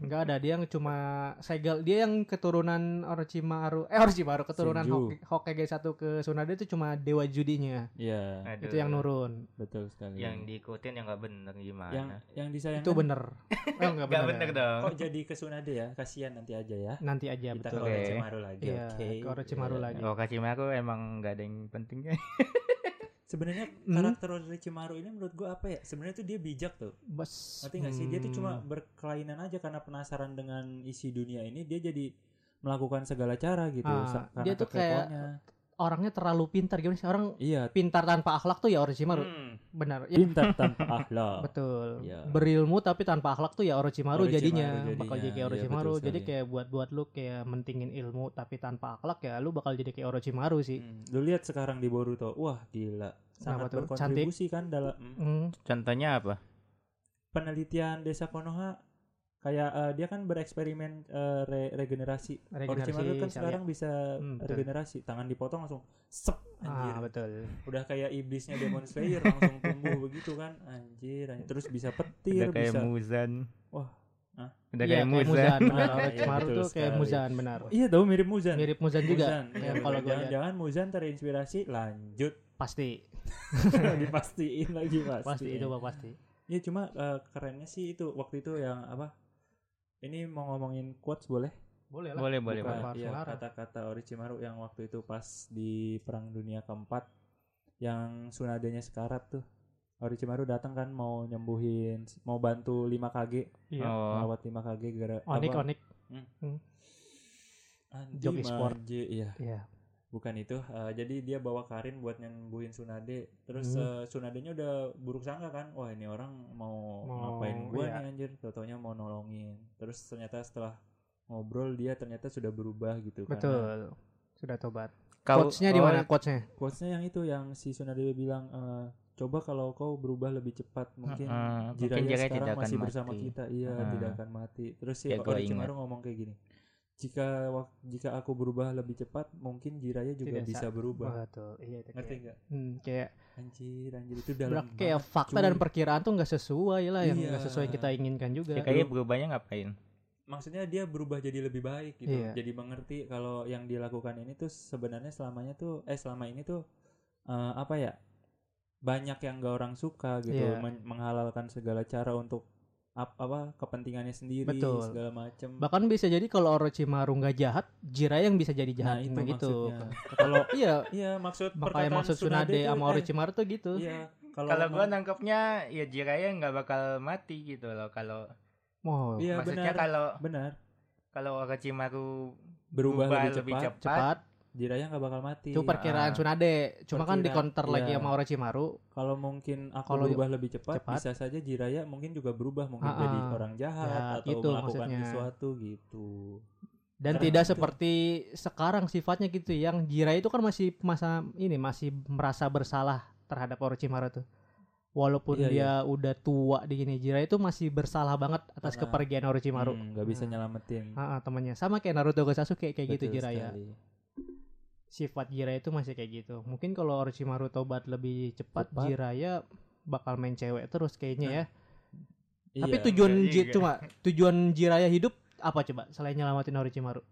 S3: Enggak ada, dia yang cuma segel, dia yang keturunan Orochimaru, eh Orochimaru, keturunan
S2: Senju.
S3: Hoke- Hokage 1 ke Tsunade itu cuma dewa judinya,
S2: Iya,
S4: Aduh,
S3: itu yang nurun.
S2: betul sekali.
S4: yang diikutin yang nggak bener gimana
S2: yang yang disayangkan
S3: Itu bener. Eh, enggak
S4: nggak
S3: bener.
S4: bener
S3: ya.
S4: dong
S2: kok jadi ke Tsunade ya? Kasihan nanti aja ya.
S3: Nanti aja,
S2: Kita
S3: Iya, betul.
S2: ke Orochimaru lagi,
S3: Iya,
S2: oke.
S3: ke Orochimaru
S2: Iya.
S3: lagi.
S4: Oh, Kashimaru emang nggak ada yang pentingnya.
S2: Sebenarnya
S3: Hmm.
S2: karakter Orochimaru ini menurut gua apa ya? Sebenarnya tuh dia bijak tuh.
S3: Bas.
S2: Ngerti gak sih? Dia tuh cuma
S3: hmm,
S2: berkelainan aja karena penasaran dengan isi dunia ini. Dia jadi melakukan segala cara gitu.
S3: Ah,
S2: sa- karena
S3: dia tuh kayak-
S2: kekepoannya.
S3: orangnya terlalu pintar gimana sih? Orang
S2: Iya,
S3: pintar tanpa akhlak tuh ya Orochimaru.
S4: Hmm.
S3: Benar. Ya,
S2: pintar tanpa akhlak.
S3: Betul.
S2: Iya.
S3: Berilmu tapi tanpa akhlak tuh ya Orochimaru,
S2: Orochimaru
S3: jadinya.
S2: jadinya.
S3: Bakal jadi
S2: Iya,
S3: kayak
S2: betul
S3: Orochimaru. jadi
S2: sekali.
S3: kayak buat-buat lu kayak mentingin ilmu tapi tanpa akhlak ya lu bakal jadi kayak Orochimaru sih.
S2: Hmm, Lu lihat sekarang di Boruto, wah gila. Sangat
S3: Kenapa tuh?
S2: berkontribusi kan dalam mm,
S3: Hmm.
S4: Contohnya apa?
S2: penelitian desa Konoha. Kayak eh, dia kan bereksperimen eh, re- regenerasi.
S3: Regenerasi
S2: Orochimaru kan
S3: sel
S2: sekarang bisa
S3: Hmm, betul.
S2: regenerasi. Tangan dipotong langsung sep
S3: ya. Ah,
S2: anjir.
S3: betul.
S2: Udah kayak iblisnya Demon Slayer langsung tumbuh begitu kan. Anjir, anjir. terus bisa petir,
S4: Udah kayak
S2: bisa.
S4: Muzan.
S2: Wah, hah?
S4: Udah
S3: Iya,
S4: kayak Muzan.
S3: benar.
S2: Iya,
S3: Orochimaru
S2: betul
S3: tuh kayak
S2: sekali.
S3: Muzan benar.
S2: Iya tahu mirip Muzan.
S3: Mirip Muzan juga.
S2: Muzan.
S3: Ya,
S2: Iya,
S3: kalau gue lihat
S2: jangan-jangan Muzan terinspirasi lanjut
S3: pasti.
S2: dipastiin lagi pasti.
S3: Pasti itu Pak, pasti.
S2: Ya cuma eh, kerennya sih itu waktu itu yang apa? Ini mau ngomongin quotes boleh?
S3: Boleh lah.
S4: Boleh, boleh,
S2: Bukan,
S4: boleh.
S3: Pak.
S2: iya,
S3: Larang.
S2: kata-kata Orochimaru yang waktu itu pas di Perang Dunia keempat yang Sunadanya sekarat tuh. Orochimaru datang kan mau nyembuhin, mau bantu 5 KG,
S3: Iya.
S4: Oh,
S2: merawat 5 KG gara
S3: Onik
S2: apa?
S3: onik.
S2: Hmm.
S3: Hmm.
S2: Anti
S3: Joki sport.
S2: manje, iya.
S3: Iya.
S2: bukan itu eh, jadi dia bawa Karin buat nyembuhin Sunade terus
S3: Hmm.
S2: eh, Sunadenya udah buruk sangka kan wah ini orang mau,
S3: Mau,
S2: ngapain gua
S3: iya.
S2: nih anjir totonya mau nolongin terus ternyata setelah ngobrol dia ternyata sudah berubah gitu karena-
S3: Betul. Sudah tobat.
S4: Kau-
S3: Coachnya di
S4: oh,
S3: mana coachnya?
S2: quotesnya yang itu yang si Sunadewi bilang "Eh, coba kalau kau berubah lebih cepat mungkin
S4: Heeh, mungkin
S2: Jiraiya
S4: Jiraiya
S2: sekarang
S4: tidak akan
S2: masih bersama
S4: mati."
S2: kita iya
S3: Ah.
S4: Heeh.
S2: tidak akan mati terus si
S4: Ya, gua
S2: Orochimaru ngomong kayak gini jika wak- jika aku berubah lebih cepat mungkin Jiraiya juga
S3: Tidak
S2: bisa
S3: sa-
S2: berubah
S3: Betul. Iya itu.
S2: ngerti
S3: kayak-
S2: nggak
S3: Hmm, kayak
S2: anjir anjir itu dalam
S3: berak- kayak
S2: banget,
S3: fakta
S2: cuy.
S3: dan perkiraan tuh nggak sesuai lah yang nggak
S2: Iya.
S3: sesuai yang kita inginkan juga.
S4: Ya, kayaknya berubahnya ngapain?
S2: maksudnya dia berubah jadi lebih baik gitu
S3: Iya.
S2: jadi mengerti kalau yang dilakukan ini tuh sebenarnya selamanya tuh eh selama ini tuh eh, apa ya banyak yang gak orang suka gitu
S3: Iya.
S2: men- menghalalkan segala cara untuk ap- apa kepentingannya sendiri
S3: Betul.
S2: segala macem
S3: Bahkan bisa jadi kalau Orochimaru nggak jahat, Jiraiya yang bisa jadi
S2: nah
S3: jahat
S2: itu
S3: nah, gitu.
S2: maksudnya
S3: Kalau iya,
S2: iya maksud
S3: makanya
S2: perkataan
S3: maksud Tsunade
S2: tuh,
S3: sama
S2: eh,
S3: Orochimaru tuh gitu.
S2: iya kalau
S4: Kalau gua
S2: emang-
S4: nangkepnya ya Jiraiya nggak bakal mati gitu loh kalau
S3: Wow.
S2: iya
S4: maksudnya
S2: benar
S4: kalau
S2: benar
S4: kalau Orochimaru
S2: berubah,
S4: berubah
S2: lebih cepat,
S3: cepat
S2: Jiraiya nggak bakal mati
S3: itu perkiraan
S4: ah.
S3: Tsunade cuma kan di
S2: Iya. Perkiraan,
S3: counter lagi
S2: iya.
S3: sama Orochimaru
S2: kalau mungkin aku
S3: Kalau
S2: berubah lebih cepat,
S3: cepat.
S2: bisa saja Jiraya mungkin juga berubah mungkin
S3: Ah,
S2: jadi
S3: ah.
S2: orang jahat
S3: Jahat
S2: atau
S3: gitu
S2: melakukan
S3: maksudnya.
S2: sesuatu gitu
S3: dan
S2: Karena
S3: tidak
S2: itu-
S3: seperti sekarang sifatnya gitu yang Jiraiya itu kan masih masa ini masih merasa bersalah terhadap Orochimaru tuh walaupun
S2: Iya,
S3: dia udah tua di gini Jiraiya itu masih bersalah banget atas
S2: Karena-
S3: kepergian Orochimaru
S2: Hmm, nggak bisa
S3: Nah.
S2: nyelamatin
S3: Ah, ah, temannya sama kayak Naruto ke Sasuke kayak gitu
S2: Betul
S3: Jiraiya
S2: sekali.
S3: sifat Jiraiya itu masih kayak gitu mungkin kalau Orochimaru tobat lebih cepat,
S2: Cepat.
S3: Jiraiya bakal main cewek terus kayaknya ya Tapi
S2: Iya.
S3: tujuan
S4: enggak
S3: Ji-
S4: juga.
S3: cuma tujuan Jiraya hidup apa coba selain nyelamatin Orochimaru?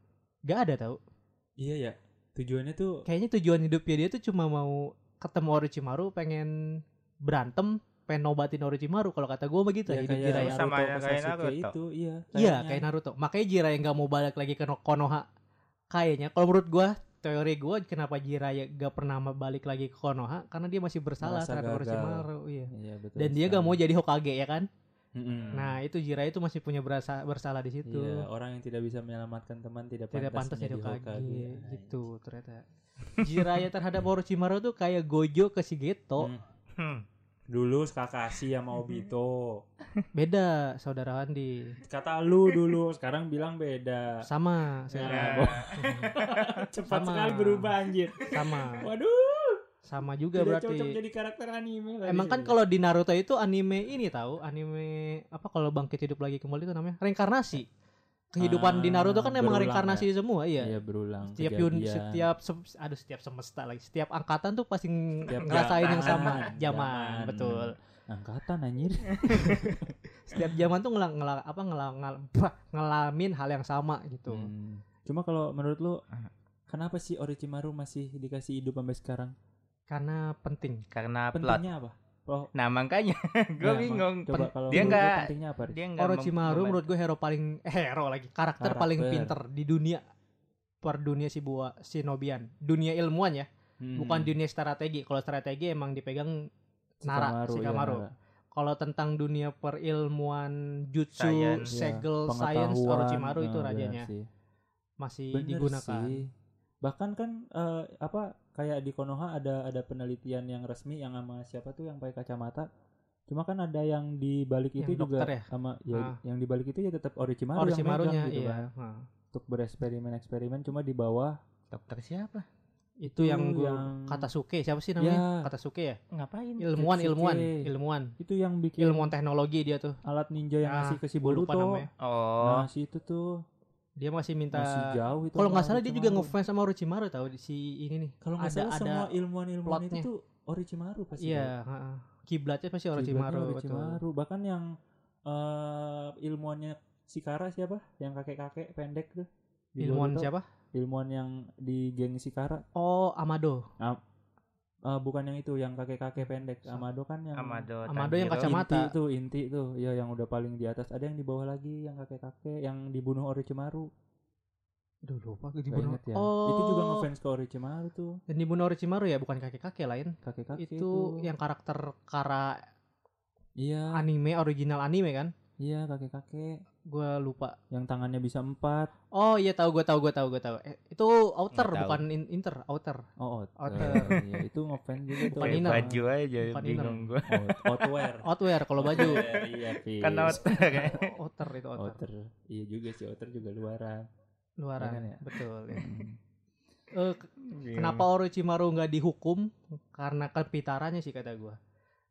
S3: Gak ada tau.
S2: iya ya tujuannya tuh
S3: Kayaknya tujuan hidupnya dia tuh cuma mau ketemu Orochimaru, pengen berantem, pengen nobatin Orochimaru kalau kata gue begitu ya, hidup Jiraya.
S2: Iya, Naruto
S4: Sama
S2: ke
S4: kayak
S2: Sasuke
S4: Naruto.
S2: itu iya
S3: Iya,
S2: kayaknya.
S3: kayak Naruto. Makanya Jiraya nggak mau balik lagi ke No- Konoha. Kayaknya kalau menurut gue teori gue kenapa Jiraya gak pernah ma- balik lagi ke Konoha karena dia masih bersalah
S2: Merasa
S3: terhadap
S2: gagal.
S3: Orochimaru, iya.
S2: Iya, betul
S3: Dan dia gak
S2: sekali.
S3: mau jadi Hokage ya kan?
S2: Mm-mm.
S3: Nah, itu Jiraya itu masih punya berasa, bersalah di situ.
S2: Iya, orang yang tidak bisa menyelamatkan teman tidak,
S3: tidak pantas jadi Hokage,
S2: Nah,
S3: gitu ternyata Jiraya terhadap Orochimaru tuh kayak Gojo ke Shigeto
S2: Hmm.
S4: Hmm.
S2: Dulu Kakashi sama Obito.
S3: beda saudara Andi
S2: Kata lu dulu, sekarang bilang beda.
S3: sama sekarang.
S2: Nah, Cepat
S3: Sama.
S2: sekali berubah anjir.
S3: sama
S2: Waduh,
S3: sama juga
S2: tidak
S3: berarti
S2: cocok jadi karakter anime. lah
S3: emang
S2: di
S3: kan
S2: sini.
S3: kalau di Naruto itu anime ini tahu anime apa kalau bangkit hidup lagi kembali itu namanya reinkarnasi kehidupan di
S2: Ah,
S3: Naruto kan emang
S2: berulang
S3: reinkarnasi semua iya
S2: Iya berulang.
S3: setiap yun,
S2: kejadian.
S3: setiap se- aduh setiap semesta lagi setiap angkatan tuh pasti
S2: Setiap
S3: ngerasain
S2: zaman,
S3: yang
S2: Hmm.
S3: sama zaman,
S2: zaman.
S3: betul
S2: angkatan anjir.
S3: Gitu. setiap zaman tuh ngelang ngelang apa ngelang, ngelang- bah, ngelamin hal yang sama gitu
S2: Hmm. Cuma kalau menurut lu kenapa sih Orochimaru masih dikasih hidup sampai sekarang?
S3: karena penting
S4: Karena plot.
S2: Pentingnya apa? Oh,
S4: Nah makanya gue
S2: ya,
S4: bingung.
S2: Mak. Coba kalau
S4: dia
S2: menurut lu
S4: nggak-
S2: pentingnya apa? Riz?
S4: Dia nggak mem-
S3: Orochimaru
S4: memba-
S3: menurut gue hero paling eh, hero lagi karakter,
S2: Karakter.
S3: paling pinter di dunia per dunia si buah shinobian dunia ilmuwan ya
S2: Hmm.
S3: bukan dunia strategi kalau strategi emang dipegang Nara,
S2: Shikamaru, ya,
S3: Shikamaru.
S2: Nara.
S3: kalau tentang dunia perilmuan jutsu
S4: Science.
S2: Iya,
S3: segel
S2: ya. Pengetahuan,
S3: science Orochimaru
S2: nah,
S3: itu
S2: benar
S3: rajanya
S2: sih.
S3: masih
S2: Bener
S3: digunakan
S2: sih. Bahkan kan eh, apa kayak di Konoha ada ada penelitian yang resmi yang sama siapa tuh yang pakai kacamata. Cuma kan ada yang di balik itu
S3: Yang
S2: juga
S3: dokter ya?
S2: sama ya,
S3: Ah.
S2: yang di balik itu ya tetap Orochimaru, yang
S3: Orochimarunya
S2: megang gitu
S3: iya
S2: kan.
S3: Nah,
S2: Untuk bereksperimen-eksperimen cuma di bawah
S4: Dokter siapa?
S3: itu
S2: Itu
S3: yang gue
S2: yang-
S3: kata Suke siapa sih namanya
S2: Ya.
S3: kata Suke ya
S4: Ngapain?
S3: ilmuwan
S2: Tetsuke.
S3: ilmuwan ilmuwan
S2: itu yang bikin
S3: ilmuwan teknologi dia tuh
S2: alat ninja yang
S3: Ah,
S2: ngasih ke si
S3: gue lupa
S2: Boruto.
S3: namanya
S4: Oh,
S2: Nah, si itu tuh
S3: dia masih minta
S2: masih jauh itu. kan.
S3: kalau
S2: sama
S3: nggak salah dia juga
S2: Orochimaru.
S3: ngefans sama Orochimaru tahu di si ini nih
S2: Kalau nggak
S3: Ada-
S2: salah
S3: ada
S2: semua ilmuwan-ilmuwan itu
S3: plotnya.
S2: tuh Orochimaru pasti.
S3: iya heeh. kiblatnya pasti Orochimaru
S2: Jibatnya
S3: betul
S2: Orochimaru. Bahkan yang eh, ilmuannya si Kara siapa? Yang kakek-kakek pendek tuh. Di
S3: ilmuwan
S2: Boruto.
S3: siapa
S2: Ilmuwan yang di geng si Kara.
S3: oh Amado
S2: Eh, bukan yang itu, yang kakek-kakek pendek. Amado kan yang
S4: Amado.
S3: Amado yang
S4: Tanjiro.
S3: kacamata.
S2: inti itu, inti tuh. Ya yang udah paling di atas. Ada yang di bawah lagi yang kakek-kakek yang dibunuh Orochimaru.
S3: Aduh lupa gue
S2: Gak
S3: dibunuh
S2: ingat ya.
S3: oh
S2: Itu juga ngefans ke Orochimaru tuh.
S3: dan dibunuh Orochimaru ya bukan kakek kakek lain
S2: Kakek-kakek
S3: itu yang karakter kara
S2: Iya.
S3: anime original anime kan
S2: Iya kakek-kakek
S3: Gua lupa.
S2: yang tangannya bisa empat.
S3: Oh iya tahu gua tahu gua tahu gua tahu. Eh, itu outer
S4: Nggak tahu.
S3: bukan in- inter, outer.
S2: Oh, out.
S3: Outer.
S2: Iya, itu ngefans juga tuh.
S3: Bukan
S4: Kayak
S3: inner.
S4: baju aja
S3: Bukan
S4: bingung gue
S2: Out- Outwear.
S3: Outwear kalau baju.
S2: Outwear, Iya, Fis.
S4: kan outer kan
S3: outer itu outer.
S2: Outer. Iya juga sih, outer juga luaran.
S3: Luaran.
S2: Luaran ya?
S3: Betul. ya.
S2: Hmm.
S3: Eh, ke-
S2: Iya.
S3: kenapa Orochimaru nggak dihukum? Karena kepintarannya sih kata gua.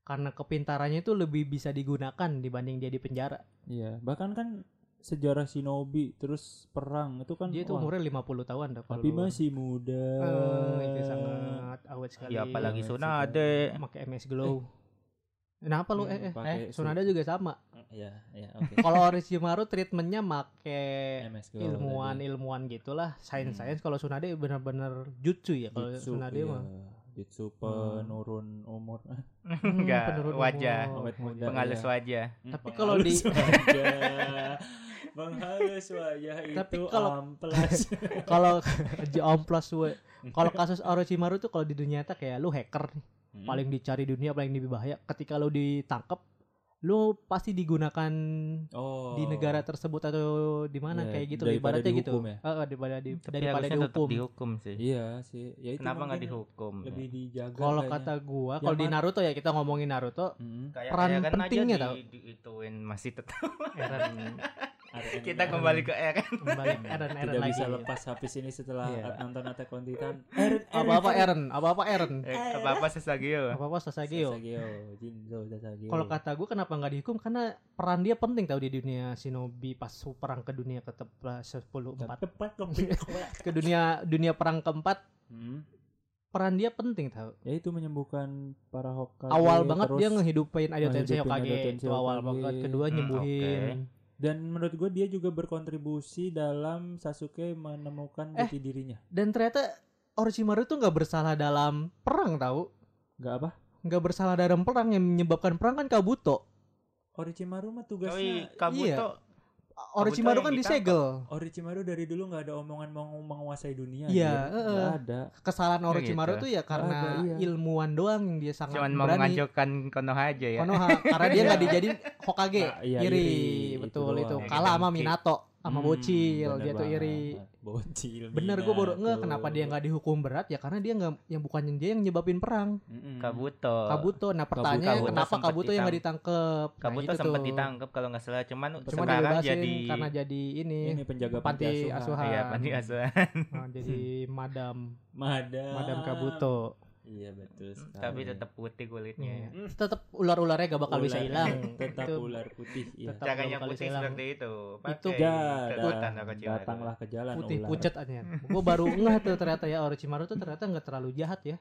S3: Karena kepintarannya itu lebih bisa digunakan dibanding dia di penjara.
S2: Iya, bahkan kan sejarah shinobi terus perang itu kan
S3: Dia itu
S2: wah,
S3: umurnya 50 tahun dah kalau.
S2: tapi masih muda.
S3: Eh, itu sangat awet sekali.
S4: ya
S2: Iya,
S4: apalagi
S2: Eh.
S4: sunade
S3: pakai MS Glow. Kenapa lu eh, eh.
S2: Hmm, pakai su-
S3: Sunada juga sama.
S2: Iya, iya, oke.
S3: Kalau Orochimaru treatmentnya make
S2: MS Glow tadi. Hmm.
S3: ilmuwan-ilmuwan gitulah, sains-sains kalau Sunade benar-benar jutsu ya kalau
S2: Jutsu,
S3: Sunade
S2: iya.
S3: mah. Hmm.
S2: Jutsu penurun umur.
S4: enggak
S3: penurun
S4: wajah
S3: umur.
S2: Awet muda.
S4: pengalus
S2: Iya.
S4: wajah
S3: Oh, Tapi kalau di-
S2: Penghalus wajah. Penghalus wajah itu
S3: Tapi kalau-
S2: amplas.
S3: Kalau jomplos we. Kalau kasus Orochimaru tuh kalau di dunia nyata kayak lu hacker nih,
S2: Hmm.
S3: paling dicari dunia paling dibahaya. Ketika lu ditangkap, lu pasti digunakan
S2: oh.
S3: di negara tersebut atau di mana
S2: Iya,
S3: kayak gitu
S2: daripada
S3: ibaratnya gitu.
S2: dihukum ya?
S3: Eh, eh, daripada di,
S4: tapi
S3: daripada
S4: harusnya tetap
S3: dihukum.
S4: dihukum sih
S2: Iya sih. Ya itu
S4: kenapa nggak
S2: mungkin
S4: dihukum
S3: Iya.
S4: ya?
S2: Lebih dijaga.
S3: Kalau
S2: kayaknya.
S3: kata gua, kalau di
S2: Zaman-
S3: Naruto ya kita ngomongin Naruto,
S2: Mm-mm.
S4: kayak
S3: peran
S4: Eren aja
S3: pentingnya
S4: di-
S3: tau.
S4: diituin masih tetap
S3: Eren Iya.
S2: Aren-
S4: kita
S2: Aren
S4: kembali ke kan? Eren
S3: kembali Eren Eren
S2: Iya. tidak
S3: lagi.
S2: bisa lepas habis ini setelah
S3: Iya.
S2: nonton Attack on Titan.
S3: Apa-apa Eren, apa-apa Eren.
S2: Iya.
S4: apa apa sesagio
S3: Apa-apa Sasageo.
S2: Sasageo, Jinzo, Sasageo.
S3: Kalau kata gue kenapa nggak dihukum karena peran dia penting tahu di dunia shinobi pas perang ke dunia ke sepuluh empat
S2: tepat kepikiran.
S3: ke dunia dunia perang keempat
S2: Hmm.
S3: peran dia penting tahu
S2: Ya itu menyembuhkan para Hokage.
S3: awal banget
S2: terus-
S3: dia ngehidupin Aido
S2: ngehidupin
S3: Tensei
S2: Aido
S3: Hokage
S2: Tensei
S3: itu awal
S2: Hokage.
S3: banget kedua
S4: Hmm,
S3: nyembuhin
S2: Dan menurut gue dia juga berkontribusi dalam Sasuke menemukan
S3: Eh.
S2: jati dirinya.
S3: dan ternyata Orochimaru tuh nggak bersalah dalam perang tahu
S2: Gak apa?
S3: nggak bersalah dalam perang yang menyebabkan perang kan Kabuto
S2: Orochimaru mah
S4: Tapi
S2: tugasnya
S4: Kabuto
S3: Iya, Orochimaru
S4: yang
S3: kan
S4: ditangkap.
S3: disegel
S2: Orochimaru dari dulu nggak ada omongan mau menguasai dunia.
S3: Iya,
S2: anjir.
S3: eh,
S2: Nggak
S3: eh.
S2: ada.
S3: kesalahan
S4: Oh,
S3: Orochimaru
S4: gitu.
S3: tuh ya karena
S2: Ada, iya.
S3: ilmuwan doang yang dia sangat
S4: cuman mau
S3: berani
S4: mengajukan Konoha aja ya
S3: Konoha karena dia nggak dijadiin Hokage
S2: Nah, iya,
S3: iri,
S2: iri.
S3: betul
S2: Itu
S3: itu,
S2: doang.
S3: kalah sama
S4: Dengki.
S3: Minato sama
S2: Hmm,
S3: bocil
S2: bener
S3: dia tuh
S2: banget. Iya,
S3: iri
S2: Bocil.
S3: bener gue baru nggak kenapa dia nggak dihukum berat ya karena dia nggak yang bukan dia yang nyebabin perang
S2: Kabut.
S4: Kabuto
S3: Kabuto nah pertanyaannya
S4: Kabuto
S3: kenapa
S4: sempet
S3: Kabuto yang nggak
S4: ditang-
S3: ditangkep Nah,
S4: Kabuto
S3: itu
S4: sempat
S3: tuh.
S4: ditangkap kalau nggak salah cuman
S2: Cuma
S3: cuma
S4: sekarang
S3: dibebasin
S4: jadi
S3: karena jadi ini,
S2: Ini penjaga
S3: panti
S2: panti asuhan.
S3: asuhan,
S4: iya panti asuhan
S3: Nah, jadi madam
S2: Madam.
S3: madam Kabuto
S2: Iya betul. Sekali.
S4: Mm, tapi tetap putih kulitnya ya.
S3: Iya. tetap ular-ularnya gak bakal bisa
S2: Ular.
S3: hilang
S2: Tetap
S3: Itu
S2: ular putih. Iya.
S3: tetap
S4: Caganya
S3: belum kali
S4: putih
S3: hilang.
S4: seperti itu.
S3: Itu
S4: Pakai
S2: Ja-
S4: kekuatan
S2: dan
S4: aku cewek.
S2: datanglah ke jalan
S3: putih
S2: ular.
S3: pucat aja gue baru ngeh tuh ternyata ya Orochimaru tuh ternyata nggak terlalu jahat ya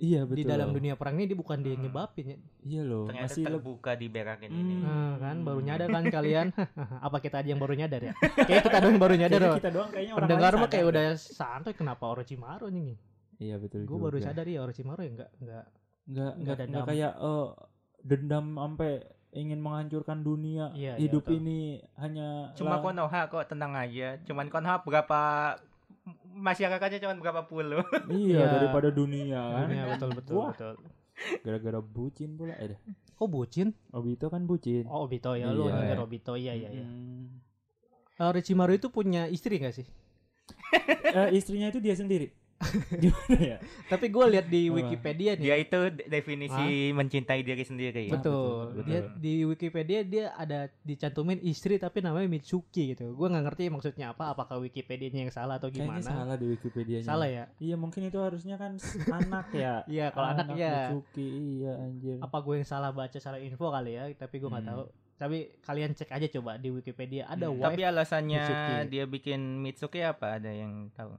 S2: Iya betul.
S3: di dalam dunia Ya perang ini dia bukan dia yang
S4: Hmm.
S3: nyebabin ya
S2: Iya loh.
S4: Ternyata
S2: Masih lebih.
S4: terbuka di berak ini.
S2: Hmm.
S3: nah, kan baru nyadar kan kalian apa kita aja yang baru nyadar ya kayak kita doang yang baru nyadar loh
S2: kita doang kayaknya orang
S3: pendengar
S2: lain
S3: mah kayak
S2: sadar.
S3: udah santai kenapa Orochimaru nih
S2: Iya betul.
S3: gue baru sadar ya Orochimaru ya nggak nggak
S2: Nggak
S3: Nggak
S2: nggak
S3: ada
S2: nggak
S3: dam.
S2: kayak eh, dendam sampai ingin menghancurkan dunia.
S3: Iya, iya,
S2: Hidup
S3: betul.
S2: ini hanya lang-
S4: Cuma Konoha kok tenang aja. Cuman Konoha berapa masyarakatnya cuman berapa puluh.
S2: Iya
S3: Iya.
S2: daripada dunia kan.
S3: Iya, betul betul
S2: Wah.
S3: betul
S2: Gara-gara bucin pula. Eh, dah.
S3: kok bucin
S2: Obito kan bucin.
S3: oh Obito ya lu
S2: Iya.
S3: nyadar Obito iya iya iya
S2: Mm.
S3: Orochimaru itu punya istri gak sih
S2: Eh, istrinya itu dia sendiri. Gimana ya?
S3: tapi gue lihat di
S2: Apa?
S3: Wikipedia nih
S4: Dia Ya, itu de- definisi mencintai diri sendiri. ya.
S2: Betul,
S3: Betul.
S2: betul.
S3: Dia di Wikipedia dia ada dicantumin istri tapi namanya Mitsuki gitu. Gua nggak ngerti maksudnya apa, apakah Wikipedianya yang salah atau
S2: Kayaknya
S3: gimana?
S2: salah di Wikipedia.
S3: Salah ya?
S2: Iya mungkin itu harusnya kan s- anak ya.
S3: Iya, kalau anak ya.
S2: Mitsuki, iya anjir.
S3: Apa gue yang salah baca salah info kali ya, tapi gua nggak
S2: Hmm.
S3: tahu. Tapi kalian cek aja coba di Wikipedia ada
S2: Hmm.
S3: wife.
S4: Tapi alasannya
S3: Mitsuki.
S4: dia bikin Mitsuki apa? Ada yang tahu?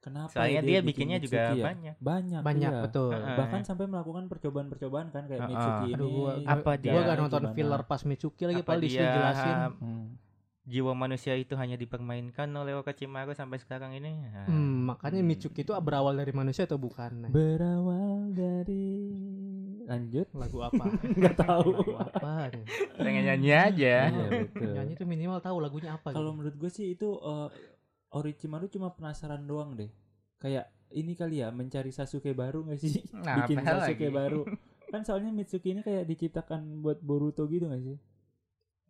S2: Kenapa? ya
S4: Soalnya dia,
S2: bikin
S4: bikinnya
S2: Mitsuki
S4: juga
S2: ya?
S4: banyak.
S2: banyak.
S3: banyak
S2: iya.
S3: betul. Eh.
S4: Heeh.
S2: Bahkan sampai melakukan percobaan-percobaan kan kayak
S4: Ah,
S2: Mitsuki
S4: ah.
S2: ini.
S3: Aduh, gua-
S4: apa
S2: jalannya
S3: Gua gak nonton
S2: gimana.
S3: filler pas Mitsuki lagi
S4: Apa
S3: padahal di situ
S4: dia-
S3: jelasin.
S2: Hmm.
S4: Jiwa manusia itu hanya dipermainkan oleh Orochimaru sampai sekarang ini. Ah.
S3: Hmm, makanya
S2: Hmm.
S3: Mitsuki itu berawal dari manusia atau bukan? Nah,
S2: Berawal dari lanjut
S3: lagu apa?
S2: nggak tahu.
S3: lagu apa? nih?
S4: Pengen nyanyi aja.
S2: Iya, betul.
S3: Nyanyi itu minimal tahu lagunya apa
S2: Kalau
S3: gitu.
S2: menurut gue sih itu eh, Orochimaru cuma penasaran doang deh. Kayak ini kali ya mencari Sasuke baru gak sih?
S4: Nah,
S2: Bikin
S4: apa
S2: Sasuke
S4: lagi?
S2: baru. Kan soalnya Mitsuki ini kayak diciptakan buat Boruto gitu gak sih?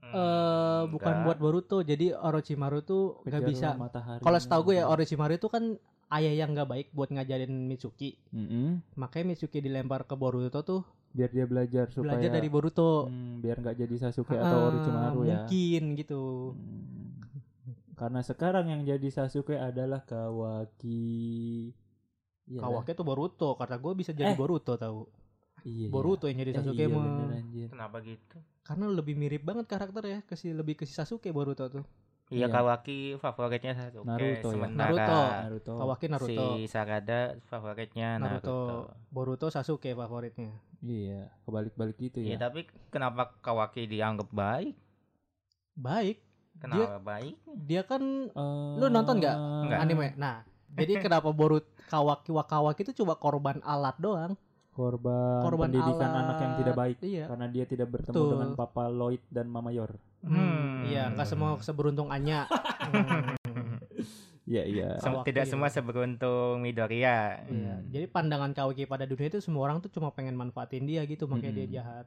S4: Hmm,
S3: Eh, bukan
S4: enggak.
S3: buat Boruto jadi Orochimaru tuh nggak
S2: Kejar
S3: bisa
S2: matahari.
S3: kalau setahu gue ya Orochimaru itu kan ayah yang nggak baik buat ngajarin Mitsuki
S2: Mm-mm.
S3: makanya Mitsuki dilempar ke Boruto tuh
S2: biar dia belajar supaya
S3: belajar dari Boruto
S2: Hmm, biar nggak jadi Sasuke
S3: Ah,
S2: atau Orochimaru ya.
S3: mungkin gitu
S2: Hmm. Karena sekarang yang jadi Sasuke adalah Kawaki. Iya lah.
S3: Kawake tuh Boruto kata gue bisa jadi
S2: Eh.
S3: Boruto tahu
S2: Iya.
S3: Boruto yang jadi
S2: Eh,
S3: Sasuke
S2: iya,
S3: mah.
S2: bener, anjir.
S4: Kenapa gitu?
S3: karena lebih mirip banget karakter ya ke si- lebih ke si Sasuke Boruto tuh
S2: Iya.
S4: Iya Kawaki favoritnya Sasuke
S2: Naruto ya.
S4: sementara
S3: Naruto.
S2: Naruto.
S3: Kawaki Naruto
S4: si Sakada favoritnya
S3: Naruto.
S4: Naruto.
S3: Boruto Sasuke favoritnya
S2: Iya, kebalik-balik gitu ya.
S4: Iya tapi kenapa Kawaki dianggap baik?
S3: baik
S4: Kenapa baik?
S3: dia kan
S2: Eh,
S3: Lu nonton nggak?
S4: Nggak.
S3: anime nah jadi kenapa Boruto Kawaki Wakawaki itu cuma korban alat doang
S2: Korban,
S3: korban
S2: pendidikan
S3: alat.
S2: anak yang tidak baik
S3: iya
S2: karena dia tidak bertemu
S3: Betul.
S2: dengan Papa Lloyd dan Mama Yor.
S3: Hmm, iya nggak semua seberuntung Anya Hmm,
S2: Iya, iya.
S4: Sem-
S3: Kawaki
S4: tidak
S3: ya.
S4: semua seberuntung Midoriya.
S3: iya.
S2: Hmm.
S3: jadi pandangan Kawaki pada dunia itu semua orang tuh cuma pengen manfaatin dia gitu makanya
S2: Mm-mm.
S3: dia jahat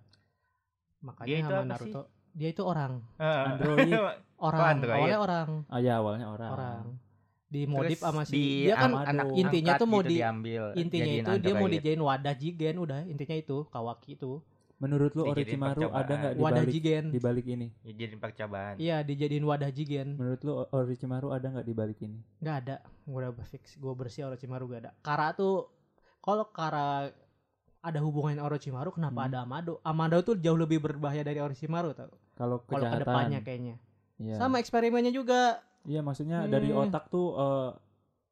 S3: makanya
S4: Dia itu
S3: sama
S4: apa
S3: Naruto dia itu orang
S4: Eh,
S2: Android.
S3: orang
S4: android?
S3: awalnya orang
S2: Ah, ya, awalnya orang.
S3: orang dimodif
S4: Terus
S3: sama
S4: di-
S3: si dia kan
S2: am- ya? Aduh.
S3: intinya
S4: Angkat
S3: tuh mau
S4: gitu
S3: di-
S4: diambil
S3: intinya
S4: jadiin
S3: itu dia mau
S4: android.
S3: dijadiin wadah jigen udah intinya itu kawaki itu
S2: Menurut lu
S4: Dijadiin
S2: Orochimaru
S4: percobaan.
S2: ada nggak di
S3: wadah
S2: balik
S3: jigen
S2: di balik ini?
S4: Dijadiin percobaan.
S3: iya dijadiin wadah jigen
S2: Menurut lu Orochimaru ada nggak di balik ini?
S3: nggak ada gue udah fix gue bersih Orochimaru gak ada Kara tuh kalau Kara ada hubungan Orochimaru kenapa
S2: Hmm.
S3: ada Amado Amado tuh jauh lebih berbahaya dari Orochimaru tau
S2: Kalau
S3: kalau
S2: kejahatan.
S3: kedepannya kayaknya
S2: Iya.
S3: sama eksperimennya juga
S2: Iya, maksudnya dari
S3: Hmm.
S2: otak tuh eh,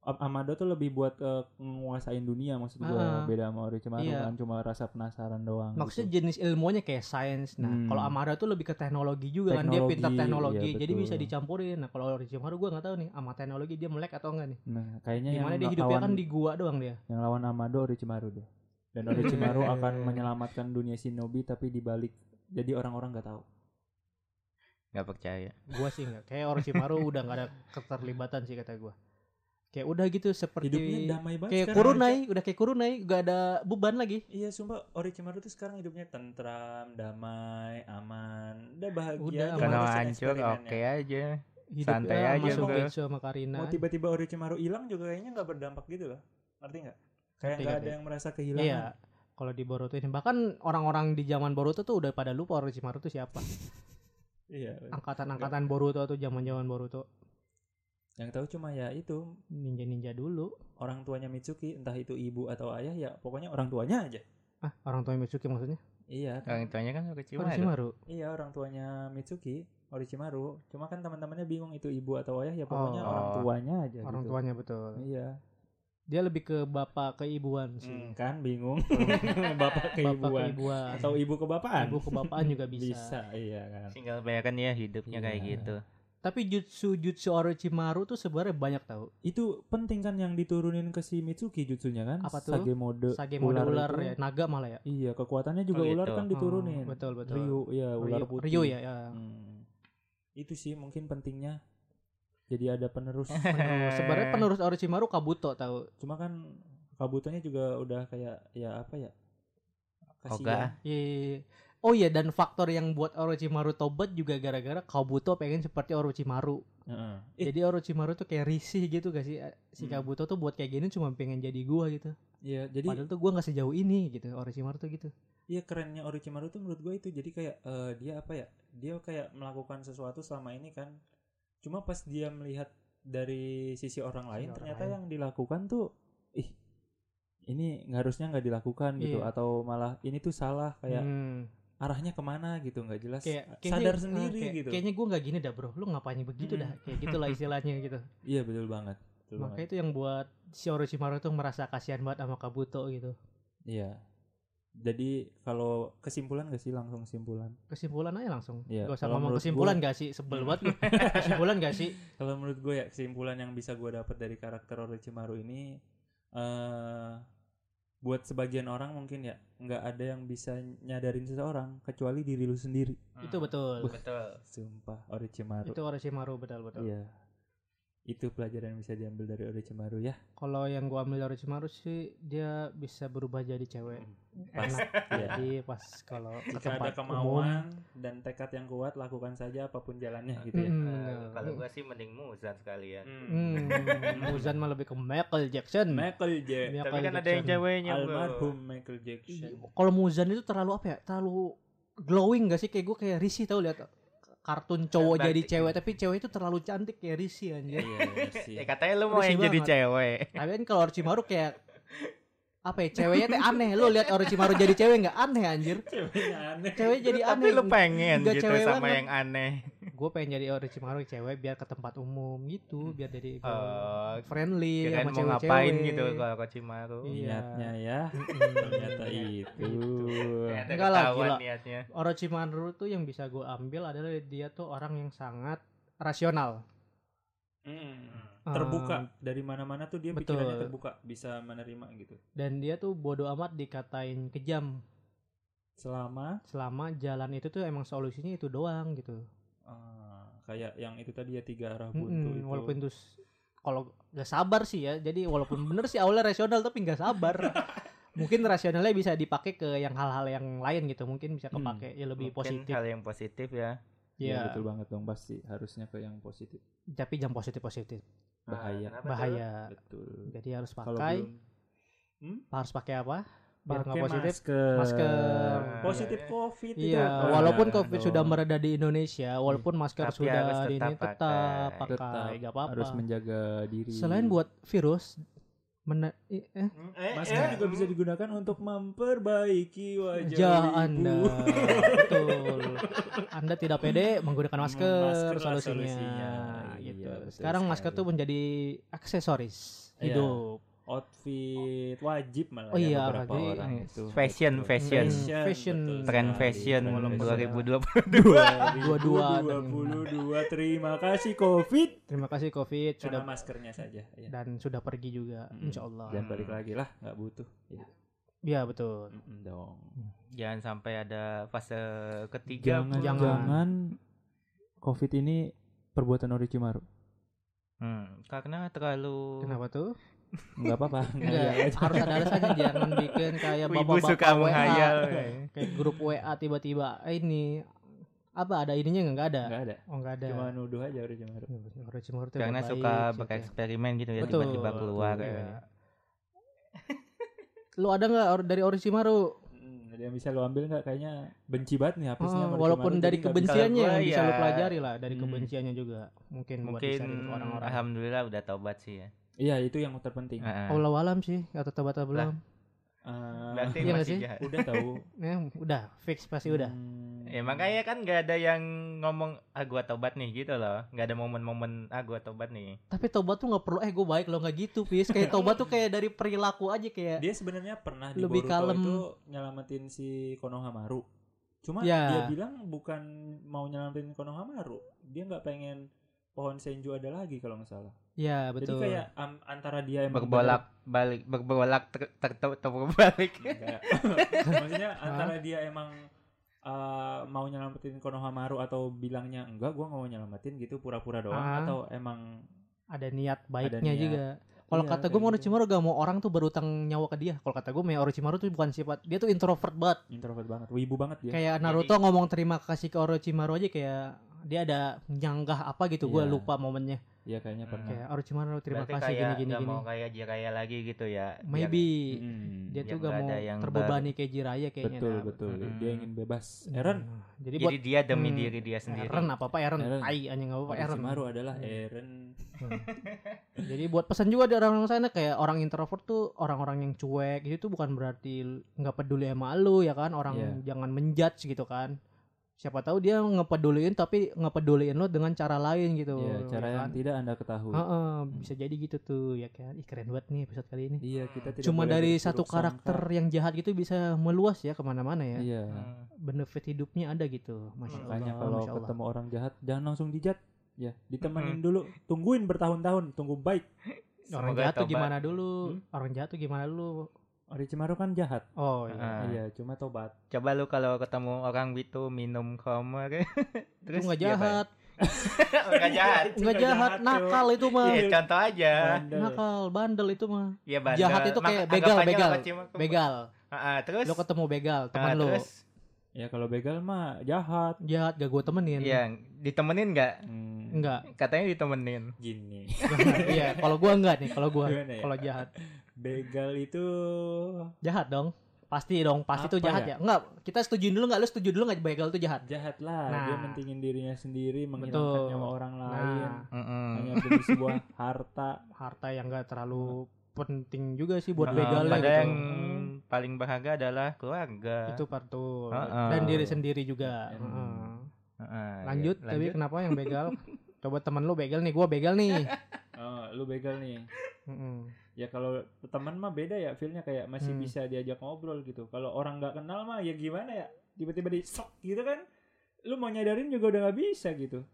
S2: Am- Amado tuh lebih buat eh, menguasain dunia maksud gua
S3: Ah.
S2: beda sama Orochimaru
S3: Iya.
S2: kan cuma rasa penasaran doang.
S3: maksudnya
S2: gitu.
S3: jenis ilmunya kayak sains nah
S2: Hmm.
S3: kalau Amado tuh lebih ke teknologi juga kan dia
S2: Teknologi,
S3: pintar teknologi
S2: iya,
S3: jadi
S2: betul.
S3: bisa dicampurin nah kalau Orochimaru gue nggak tahu nih sama teknologi dia melek atau enggak nih
S2: Nah, kayaknya
S3: gimana
S2: yang
S3: dia hidupnya
S2: lawan
S3: kan di gua doang dia
S2: yang lawan Amado Orochimaru deh. Dan Orochimaru akan menyelamatkan dunia shinobi tapi dibalik jadi orang-orang nggak tahu.
S4: Nggak percaya.
S3: gua sih nggak kayak Orochimaru udah nggak ada keterlibatan sih kata gua kayak udah gitu seperti
S2: Hidupnya damai banget.
S3: kayak
S2: sekarang.
S3: kurunai udah kayak kurunai gak ada beban lagi
S2: Iya sumpah Orochimaru tuh sekarang hidupnya tentram, damai, aman, udah bahagia.
S3: Udah,
S2: aja
S3: aman.
S4: Kalau
S2: ngurusin
S4: hancur oke
S2: eksperimennya.
S4: aja.
S3: hidup
S4: Santai
S3: ya,
S4: aja
S3: masuk
S4: gua.
S3: Gensu sama Karina
S2: Mau tiba-tiba Orochimaru hilang juga kayaknya nggak berdampak gitu loh. Ngerti nggak? Kayak
S3: Ngerti,
S2: nggak ada
S3: ngerti.
S2: yang merasa kehilangan.
S3: iya kalau di Boruto ini bahkan orang-orang di zaman Boruto tuh udah pada lupa Orochimaru tuh siapa
S2: Iya.
S3: angkatan-angkatan Boruto tuh zaman-zaman Boruto
S2: Yang tahu cuma ya itu
S3: ninja-ninja dulu
S2: orang tuanya Mitsuki, entah itu ibu atau ayah ya pokoknya orang tuanya aja.
S3: ah orang tua Mitsuki maksudnya
S2: Iya. kan?
S4: Orang tuanya kan suka cuma.
S3: Orochimaru
S2: Iya orang tuanya Mitsuki Orochimaru. Cuma kan teman-temannya bingung itu ibu atau ayah ya pokoknya
S3: Oh.
S2: orang tuanya aja.
S3: orang
S2: gitu.
S3: tuanya betul
S2: Iya.
S4: Hmm.
S3: dia lebih ke bapak keibuan
S2: Hmm,
S3: sih
S2: kan bingung. Bapak
S3: bapak
S2: keibuan.
S3: keibuan
S2: atau ibu kebapaan.
S3: ibu kebapaan juga
S2: bisa. iya kan.
S4: Tinggal bayangkan ya hidupnya kayak
S2: Iya.
S4: gitu.
S3: Tapi jutsu jutsu Orochimaru tuh sebenarnya banyak tau.
S2: Itu penting kan yang diturunin ke si Mitsuki jutsunya kan?
S3: Apa tuh?
S2: Sage mode.
S3: Sage mode ular,
S2: itu.
S3: ya, naga malah ya.
S2: Iya, kekuatannya juga
S4: Oh, gitu.
S2: ular kan diturunin.
S3: Hmm, betul betul.
S2: Ryu, iya ular
S3: Ryu-
S2: putih.
S3: Ryu ya, ya.
S2: Hmm. Itu sih mungkin pentingnya. Jadi ada penerus.
S3: Penerus. Sebenarnya
S2: Eh.
S3: penerus Orochimaru Kabuto tahu.
S2: Cuma kan kabutonya juga udah kayak ya apa ya?
S4: Oga.
S2: Kasihan.
S3: Ye- Oh iya dan faktor yang buat Orochimaru tobat juga gara-gara Kabuto pengen seperti Orochimaru.
S2: Heeh. Eh,
S3: Jadi Orochimaru tuh kayak risih gitu gak sih? Si
S2: Hmm.
S3: Kabuto tuh buat kayak gini cuma pengen jadi gua gitu.
S2: iya, jadi
S3: Padahal tuh gua nggak sejauh ini gitu. Orochimaru tuh gitu.
S2: Iya kerennya Orochimaru tuh menurut gue itu jadi kayak eh, dia apa ya dia kayak melakukan sesuatu selama ini kan cuma pas dia melihat dari sisi orang lain
S3: orang
S2: ternyata
S3: lain.
S2: yang dilakukan tuh ih ini nggak harusnya nggak dilakukan gitu
S3: Iya.
S2: atau malah ini tuh salah kayak
S3: Hmm.
S2: arahnya kemana gitu nggak jelas
S3: Kayak
S2: sadar
S3: kayaknya- ah,
S2: sendiri
S3: kayak-
S2: gitu
S3: Kayaknya gua nggak gini dah, Bro. Lu ngapain begitu dah? Kayak gitulah istilahnya gitu.
S2: iya betul banget betul
S3: Makanya
S2: banget
S3: itu yang buat si Orochimaru tuh merasa kasihan banget sama Kabuto gitu.
S2: iya jadi kalau kesimpulan gak sih langsung kesimpulan
S3: Kesimpulan aja langsung.
S2: Iya,
S3: Gak usah
S2: kalau menurut
S3: ngomong
S2: Hmm.
S3: kesimpulan gak sih? Sebel banget gue. kesimpulan gak sih?
S2: Kalau menurut gue ya kesimpulan yang bisa gue dapat dari karakter Orochimaru ini eh buat sebagian orang mungkin ya nggak ada yang bisa nyadarin seseorang kecuali diri lu sendiri.
S4: Hmm.
S3: Itu betul.
S4: Betul.
S2: Sumpah Orochimaru.
S3: Itu Orochimaru betul betul.
S2: Iya. itu pelajaran yang bisa diambil dari Orochimaru ya
S3: Kalau yang gua ambil dari Orochimaru sih dia bisa berubah jadi cewek.
S2: pas
S4: Iya.
S2: ya.
S3: Jadi pas kalau ke
S2: jika ada
S3: tempat umum,
S2: kemauan gitu ya. dan tekad yang kuat lakukan saja apapun jalannya gitu ya
S3: mm,
S4: Eh,
S3: nah.
S4: kalau gua sih mending Muzan ya. sekalian.
S2: Hmm.
S3: Hmm, Muzan mah lebih ke Michael Jackson.
S2: Michael Jackson
S3: Michael
S4: Tapi kan ada yang
S3: Jackson. Iya.
S4: ceweknya, bro.
S2: almarhum Michael Jackson
S3: Kalau Muzan itu terlalu apa ya? Terlalu glowing gak sih? Kayak gue kayak risih tau lihat kartun cowok
S4: Cantik.
S3: jadi cewek tapi cewek itu terlalu cantik kayak risih anjir.
S2: iya bener sih
S4: Eh katanya lu mau
S3: Risih
S4: yang jadi
S3: banget.
S4: cewek.
S3: tapi kan kalau Orochimaru kayak apa ya? Ceweknya teh aneh. Lu lihat Orochimaru jadi cewek nggak aneh anjir?
S2: ceweknya aneh
S3: Cewek jadi
S4: Tapi
S3: aneh.
S4: lu pengen
S3: Nggak
S4: gitu
S3: cewek
S4: sama
S3: banget.
S4: yang aneh.
S3: Gue pengen jadi Orochimaru cewek biar ke tempat umum gitu, biar jadi gua
S4: Oh,
S3: friendly
S4: Kirain
S3: Iya, sama
S4: mau
S3: cewek-cewek.
S4: ngapain gitu kalau Kochimaru.
S3: Iya.
S2: niatnya ya
S3: Mm-mm.
S2: ternyata
S3: Iya.
S2: iya. itu
S4: Ternyata
S3: Enggak lah,
S4: ketahuan
S3: gila.
S4: niatnya.
S3: Orochimaru tuh yang bisa gue ambil adalah dia tuh orang yang sangat rasional.
S2: Mm. terbuka dari mana-mana tuh dia
S3: Betul.
S2: pikirannya terbuka bisa menerima gitu
S3: dan dia tuh bodoh amat dikatain kejam
S2: selama
S3: selama jalan itu tuh emang solusinya itu doang gitu
S2: ah, kayak yang itu tadi ya tiga arah buntu
S3: Mm-mm,
S2: itu
S3: walaupun itu s- kalau nggak sabar sih ya jadi walaupun bener sih awalnya rasional tapi nggak sabar mungkin rasionalnya bisa dipakai ke yang hal-hal yang lain gitu mungkin bisa
S2: Hmm,
S3: kepake ya lebih
S4: Mungkin
S3: positif
S4: hal yang positif ya.
S2: Iya,
S3: ya
S2: betul banget dong pasti harusnya ke yang positif
S3: tapi jangan positif positif
S2: bahaya
S4: Ah, Kenapa tuh?
S3: bahaya
S2: betul
S3: jadi harus
S2: kalau
S3: pakai
S2: belum-
S3: harus pakai apa biar
S2: pakai
S3: nggak positif
S2: masker,
S3: masker
S4: Nah,
S2: positif
S4: iya.
S2: covid itu
S3: Iya,
S2: apa?
S3: walaupun
S2: Jangan
S3: COVID
S2: dong.
S3: sudah mereda di
S2: Iya.
S3: Indonesia, walaupun masker
S4: Tapi
S3: sudah
S4: harus
S3: di
S4: tetap
S3: ini tetap
S4: pakai.
S2: Tetap
S3: pakai, nggak apa-apa.
S2: harus menjaga diri
S3: Selain buat virus, mena- i- eh,
S4: Eh,
S2: masker
S4: eh,
S2: juga bisa
S4: mm.
S2: digunakan untuk memperbaiki wajah
S3: ja
S2: ibu.
S3: Anda, betul. Anda tidak pede menggunakan masker,
S2: Hmm, Masker lah
S3: solusinya.
S2: solusinya.
S3: Gitu.
S2: Iya, betul
S3: Sekarang masker
S2: sekali.
S3: tuh menjadi aksesoris
S2: Iya.
S3: hidup.
S2: outfit wajib malah
S3: Oh
S2: ya
S3: iya,
S2: beberapa
S3: jadi-
S2: orang itu
S4: Fashion,
S2: Betul.
S4: fashion.
S2: Fashion,
S3: Fashion.
S2: betul
S4: Tren
S2: sekali.
S4: fashion
S2: Tren
S3: Nah, Tren
S2: fashion.
S4: 2022.
S2: kan. 2022 terima kasih covid
S3: Terima kasih COVID
S2: sudah
S3: sudah
S2: maskernya saja ya.
S3: dan sudah pergi juga,
S4: Hmm.
S2: Mm-mm.
S3: Insya Allah.
S2: jangan balik lagi lah nggak butuh ya
S3: Iya betul.
S2: mm-mm dong
S4: Jangan sampai ada fase ketiga.
S2: jangan
S4: Bu.
S2: jangan, covid ini perbuatan Orochimaru
S4: Hmm, karena terlalu
S3: Kenapa tuh?
S2: nggak apa-apa
S3: Enggak, harus ada alasannya jangan bikin kayak
S4: Iya. Ibu
S3: bapak-bapak
S4: suka
S3: WA,
S4: menghayal. ya.
S3: kayak grup WA tiba-tiba "Eh, ini apa ada ininya nggak? nggak ada
S2: nggak ada
S3: oh nggak ada Iya,
S2: cuma nuduh aja Orochimaru
S3: Orochimaru tuh
S4: Karena
S3: yang
S4: suka
S3: baik, gitu
S4: bereksperimen gitu ya
S3: Betul.
S4: tiba-tiba keluar.
S3: ya.
S4: ya.
S3: Iya. lu ada nggak or- dari Orochimaru
S2: Hmm, ada yang bisa lo ambil nggak kayaknya benci banget nih
S3: Oh,
S2: habisnya sama Orochimaru,
S3: walaupun
S2: jadi
S3: dari
S2: nggak bisa.
S3: kebenciannya
S4: Kalau
S3: yang
S4: gua
S3: bisa lu
S4: ya-
S3: pelajari lah dari
S2: Hmm.
S3: kebenciannya juga mungkin, buat
S4: Mungkin
S3: disaring ke orang-orang
S4: alhamdulillah udah taubat sih ya.
S2: iya itu yang terpenting
S4: Heeh.
S3: Allah alam sih atau tabata belum
S2: Eh,
S4: Berarti
S3: Iya nggak
S4: masih
S3: sih?
S4: jahat.
S2: udah tahu
S3: ya, udah fix pasti udah
S2: Hmm.
S4: Ya makanya kan nggak ada yang ngomong ah gua tobat nih gitu loh. Nggak ada momen-momen ah gua tobat nih.
S3: tapi tobat tuh nggak perlu eh gue baik lo nggak gitu pis kayak tobat tuh kayak dari perilaku aja kayak
S2: dia sebenarnya pernah di
S3: Lebih
S2: Boruto
S3: kalem.
S2: itu nyelamatin si Konohamaru. Cuma
S3: Ya.
S2: dia bilang bukan mau nyelamatin Konohamaru, dia nggak pengen pohon senju ada lagi kalau nggak salah.
S3: ya
S2: Jadi
S3: betul
S2: kayak am- antara dia yang
S4: Berbolak balik berbolak ter, ter, ter- ter- balik.
S3: Iya.
S2: maksudnya antara dia emang eh, mau nyelamatin Konohamaru atau bilangnya enggak, gua nggak mau nyelamatin gitu pura-pura doang
S3: Ah.
S2: atau emang
S3: ada niat baiknya
S2: niat.
S3: juga. Kalau
S2: Iya,
S3: kata gue
S2: kayak
S3: mau
S2: gitu.
S3: Orochimaru gak mau orang tuh berutang nyawa ke dia. Kalau kata gue mau Orochimaru tuh bukan sifat dia tuh introvert banget.
S2: introvert banget, wibu banget dia.
S3: Kayak Naruto ngomong terima kasih ke Orochimaru aja kayak dia ada nyanggah apa gitu gue
S2: Iya.
S3: lupa momennya.
S2: Iya kayaknya pernah.
S3: Kayak Orochimaru terima
S4: Berarti
S3: kasih
S4: kayak
S3: gini gini
S4: nggak
S3: gini.
S4: mau kayak jiraya lagi gitu ya. Biar-
S3: Maybe
S2: Hmm.
S3: dia tuh
S4: Yang
S3: gak
S4: nggak
S3: mau
S4: ada yang
S3: terbebani kayak Jiraya kayaknya.
S2: betul
S3: nah.
S2: betul.
S4: Mm-mm.
S2: Dia ingin bebas.
S3: Hmm.
S2: Aaron,
S3: Jadi buat
S4: Jadi dia demi
S3: Hmm.
S4: diri dia sendiri.
S3: Eren apa apa Eren,
S2: Eren.
S3: ai anjing gak apa-apa Oh, Eren.
S2: Orochimaru adalah Eren.
S3: Jadi buat pesan juga di orang-orang sana kayak orang introvert tuh orang-orang yang cuek itu tuh bukan berarti l- nggak peduli sama lu ya kan orang
S2: Iya.
S3: jangan menjudge gitu kan siapa tahu dia ngepeduliin tapi ngepeduliin lo dengan cara lain gitu
S2: Iya, cara
S3: ya
S2: yang
S3: kan?
S2: tidak Anda ketahui.
S3: Heeh, bisa jadi gitu tuh ya kan Ih, keren banget nih episode kali ini
S2: Iya, kita tidak
S3: cuma
S2: boleh
S3: dari
S2: berburuk
S3: satu karakter
S2: sangka.
S3: yang jahat gitu bisa meluas ya kemana-mana ya
S2: Iya.
S4: Hmm.
S3: benefit hidupnya ada gitu masya
S2: Makanya
S3: Allah
S2: kalau
S3: Masya Allah.
S2: ketemu orang jahat jangan langsung dijat. Ya, ditemenin dulu. Tungguin bertahun-tahun, tunggu baik.
S3: orang
S4: Semoga Hmm?
S3: jahat tuh
S4: tobat.
S3: gimana dulu orang jahat tuh gimana dulu
S2: Orochimaru kan jahat.
S3: oh iya.
S4: Ah.
S2: Iya, cuma tobat.
S4: Coba lu kalau ketemu orang gitu minum koma terus
S3: itu nggak
S4: diapain?
S3: jahat
S4: Enggak jahat.
S3: Nggak jahat, Iya,
S2: jahat,
S3: nakal itu mah.
S4: Ya contoh aja.
S2: Bandel.
S3: Nakal, bandel itu mah.
S4: Ya bandel.
S3: Iya. Jahat itu
S4: Maka
S3: kayak begal,
S4: anggapannya
S3: begal.
S4: kalau Cima-
S3: Begal.
S4: Ah, ah, terus
S3: Lo ketemu begal, teman
S4: Ah,
S3: lo.
S4: Terus
S2: Ya kalau begal mah jahat.
S3: Jahat, gak gue temenin.
S4: ya ditemenin enggak?
S2: Hmm,
S3: Enggak.
S4: Katanya ditemenin.
S2: Gini.
S3: Iya, kalau gua enggak nih, kalau gua.
S2: Gimana ya?
S3: Kalau jahat.
S2: Begal itu
S3: Jahat dong. Pasti dong, pasti
S2: Apa
S3: itu jahat
S2: ya?
S3: ya? Enggak, kita setujuin dulu enggak? Lu setuju dulu enggak begal itu jahat?
S2: jahat lah. Dia
S3: Nah.
S2: mentingin dirinya sendiri, menghilangkan
S3: Betul.
S2: nyawa orang lain.
S3: Nah,
S4: Mm-mm.
S2: Hanya demi sebuah harta.
S3: harta yang enggak terlalu penting juga sih buat
S2: Nah,
S3: begal
S4: Padahal
S3: gitu.
S2: gitu.
S4: yang paling bahagia adalah keluarga.
S3: Itu partul.
S4: Heeh.
S3: Dan diri sendiri juga.
S2: Hmm.
S3: Heeh.
S4: Heeh, ya,
S3: Lanjut, tapi kenapa yang begal? Coba temen lu begal nih, gua begal nih.
S2: Oh, lu begal nih.
S3: Heeh.
S2: Ya kalau teman mah beda ya feelnya kayak masih
S3: Hmm.
S2: bisa diajak ngobrol gitu. Kalau orang nggak kenal mah ya gimana ya? Tiba-tiba di shock gitu kan. Lu mau nyadarin juga udah nggak bisa gitu.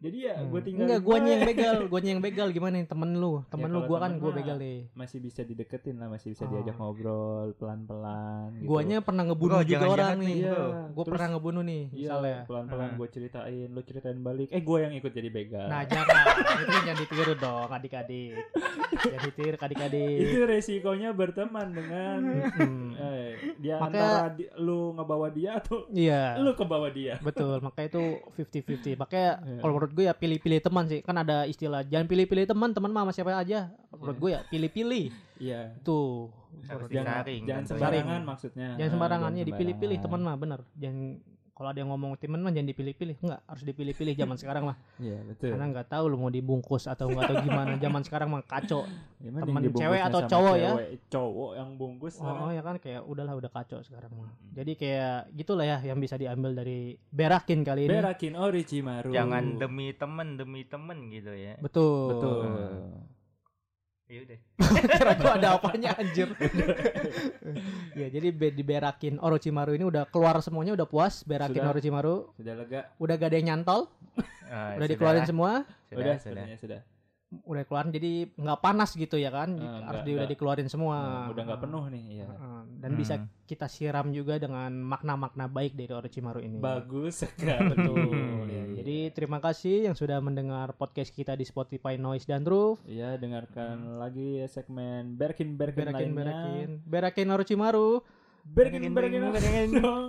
S2: Jadi ya
S3: Hmm.
S2: gue tinggal
S3: Enggak, guanya yang begal, guanya yang begal gimana nih temen lu? Temen
S2: Iya, kalau
S3: lu gua kan
S2: temen
S3: gua
S2: mah gitu.
S3: begal nih.
S2: masih bisa dideketin lah, masih bisa
S3: Ah.
S2: diajak ngobrol pelan-pelan gitu.
S3: Guanya pernah ngebunuh
S4: Bro,
S3: juga
S4: jangan
S3: orang
S4: jahat
S3: nih.
S4: nih,
S2: Iya.
S4: bro.
S3: Gua
S2: Terus-
S3: pernah ngebunuh nih, misalnya.
S2: Iya, pelan-pelan
S4: Ah.
S2: gue ceritain, lu ceritain balik. Eh, gue yang ikut jadi begal.
S3: Nah jangan, itu jangan ditiru dong adik-adik. Jangan ditiru adik-adik.
S2: itu resikonya berteman dengan
S3: Mm-mm.
S2: eh, dia antara
S3: Makanya-
S2: di- lu ngebawa dia atau
S3: Iya.
S2: lu kebawa dia.
S3: Betul, makanya itu 50-50. Makanya
S2: Iya.
S3: kalau menurut gue ya pilih-pilih teman sih. Kan ada istilah jangan pilih-pilih teman, teman mah sama siapa aja. Menurut gue ya pilih-pilih.
S2: Iya.
S3: Tuh.
S4: Harus
S3: menurut gue.
S2: Jangan,
S4: Disaring,
S2: jangan
S4: tentunya.
S2: sembarangan maksudnya.
S3: Jangan
S2: Eh,
S3: sembarangan ya
S2: jangan
S3: dipilih-pilih teman
S2: sembarangan.
S3: mah bener. Jangan kalau ada yang ngomong teman mah jangan dipilih-pilih. Enggak, harus dipilih-pilih zaman sekarang mah.
S2: Iya, betul.
S3: Karena nggak tahu lu mau dibungkus atau nggak tahu gimana zaman sekarang mah kacau.
S2: Ya, mending
S3: temen
S2: dibungkusnya
S3: cewek atau
S2: sama
S3: cowok ya?
S2: cewek. Cowok yang bungkus
S3: Oh,
S2: sama-
S3: ya kan kayak udahlah udah kacau sekarang mah.
S2: Hmm.
S3: Jadi kayak gitulah ya yang bisa diambil dari berakin kali ini.
S2: Berakin Orichi Maru.
S4: Jangan demi temen demi temen gitu ya.
S3: Betul.
S2: Betul.
S4: Iya deh.
S3: Kira gua ada apanya anjir. ya jadi be- di berakin Orochimaru ini udah keluar semuanya udah puas berakin
S2: Sudah. Nah,
S3: Orochimaru.
S2: Sudah lega?
S3: Udah gak ada yang nyantol,
S4: Ah,
S3: udah dikeluarin
S4: lah.
S3: semua,
S4: Sudah,
S2: Udah,
S4: sudah.
S2: sebenarnya sudah.
S3: udah keluarin jadi nggak panas gitu ya kan.
S2: Ah, nggak-
S3: Harus di- udah
S2: nggak.
S3: dikeluarin semua.
S2: Nah, udah nggak penuh nih, iya.
S3: Ah, dan bisa
S4: Hmm.
S3: kita siram juga dengan makna-makna baik dari Orochimaru ini.
S2: Bagus sekali. Betul. Iya, iya.
S3: Jadi terima kasih yang sudah mendengar podcast kita di Spotify Noise dan Roof.
S2: Iya, dengarkan lagi ya segmen Berkin Berkin
S3: Berakin,
S2: lainnya.
S3: berakin, berakin Orochimaru.
S2: Berkin Berkin,
S4: Berkin,
S2: berkin dong.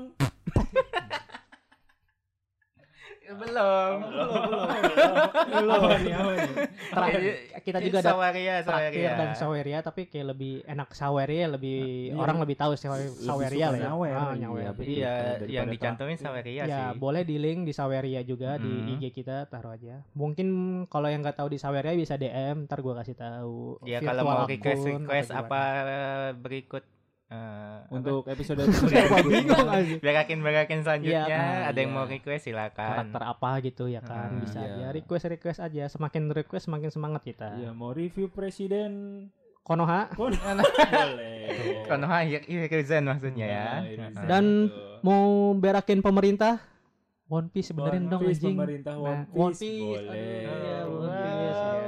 S4: Ya, Belum.
S2: Belum, belum, belum. Apa nih, apa nih? Iya,
S3: Terakhir, kita juga ada
S4: Sawaria,
S3: traktir
S4: Sawaria.
S3: dan saweria tapi kayak lebih enak saweria lebih
S2: Iya.
S3: orang lebih tahu sawe-
S2: Lebih
S3: saweria
S2: suka
S3: lah ya.
S2: nyawer,
S3: Ah,
S2: iya,
S3: nyawer.
S2: betul.
S3: Jadi
S4: Iya,
S2: Daripada
S4: yang
S2: tak-
S4: dicantumin Sawaria
S3: ya
S4: Iya sih.
S3: boleh di link di saweria juga di
S4: Mm.
S3: IG kita taruh aja. Mungkin kalau yang nggak tahu di saweria bisa DM, ntar gua kasih tahu.
S4: Ya
S3: Virtual
S4: kalau mau
S3: akun
S4: request
S3: atau
S4: request
S3: gimana.
S4: apa berikut eh, apa?
S2: Untuk episode
S3: Gua bingung aja.
S4: berakin berakin selanjutnya
S3: Iya,
S4: ada yang
S3: iya.
S4: mau request silakan.
S3: Karakter apa gitu ya kan
S4: Ah,
S3: bisa
S2: iya.
S3: aja request request aja. Semakin request semakin semangat kita.
S2: Ya mau review presiden
S3: Konoha
S2: pun boleh.
S4: Konoha Yak- Yakuzen iya, maksudnya ya.
S2: Nah, Irizen
S3: iya, Dan
S2: itu.
S3: mau berakin pemerintah One Piece
S2: One
S3: benerin dong
S2: Piece,
S3: anjing.
S2: pemerintah One
S3: Nah,
S2: Piece,
S3: One Piece,
S2: boleh.
S3: aduh, iya,
S4: Oh,
S3: One Piece,
S4: wow.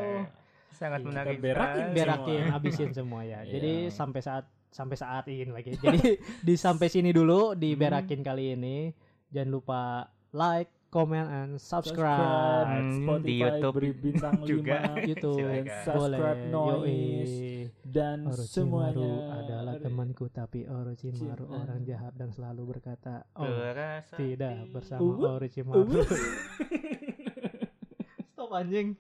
S4: Sangat
S3: Kita
S4: menarik.
S2: berakin,
S4: sekali.
S3: berakin
S2: semua.
S3: habisin semua ya.
S2: Iya.
S3: Jadi sampai saat sampai saat ini lagi. Jadi di sampai sini dulu di
S2: Hmm.
S3: berakin kali ini. Jangan lupa like, comment and
S2: subscribe
S3: subscribe.
S4: Hmm,
S2: Spotify
S4: di YouTube
S2: beri bintang
S4: juga.
S2: lima,
S3: YouTube
S4: Silakan.
S2: Subscribe
S3: boleh.
S2: Noise.
S3: Yoi.
S2: dan
S3: Orochimaru
S2: semuanya
S3: adalah temanku tapi Orochimaru
S2: Orochimaru.
S3: orang jahat dan selalu berkata oh
S4: Berasa
S3: tidak
S4: di-
S2: Uh.
S3: bersama
S2: Uwut.
S3: Orochimaru. Stop anjing.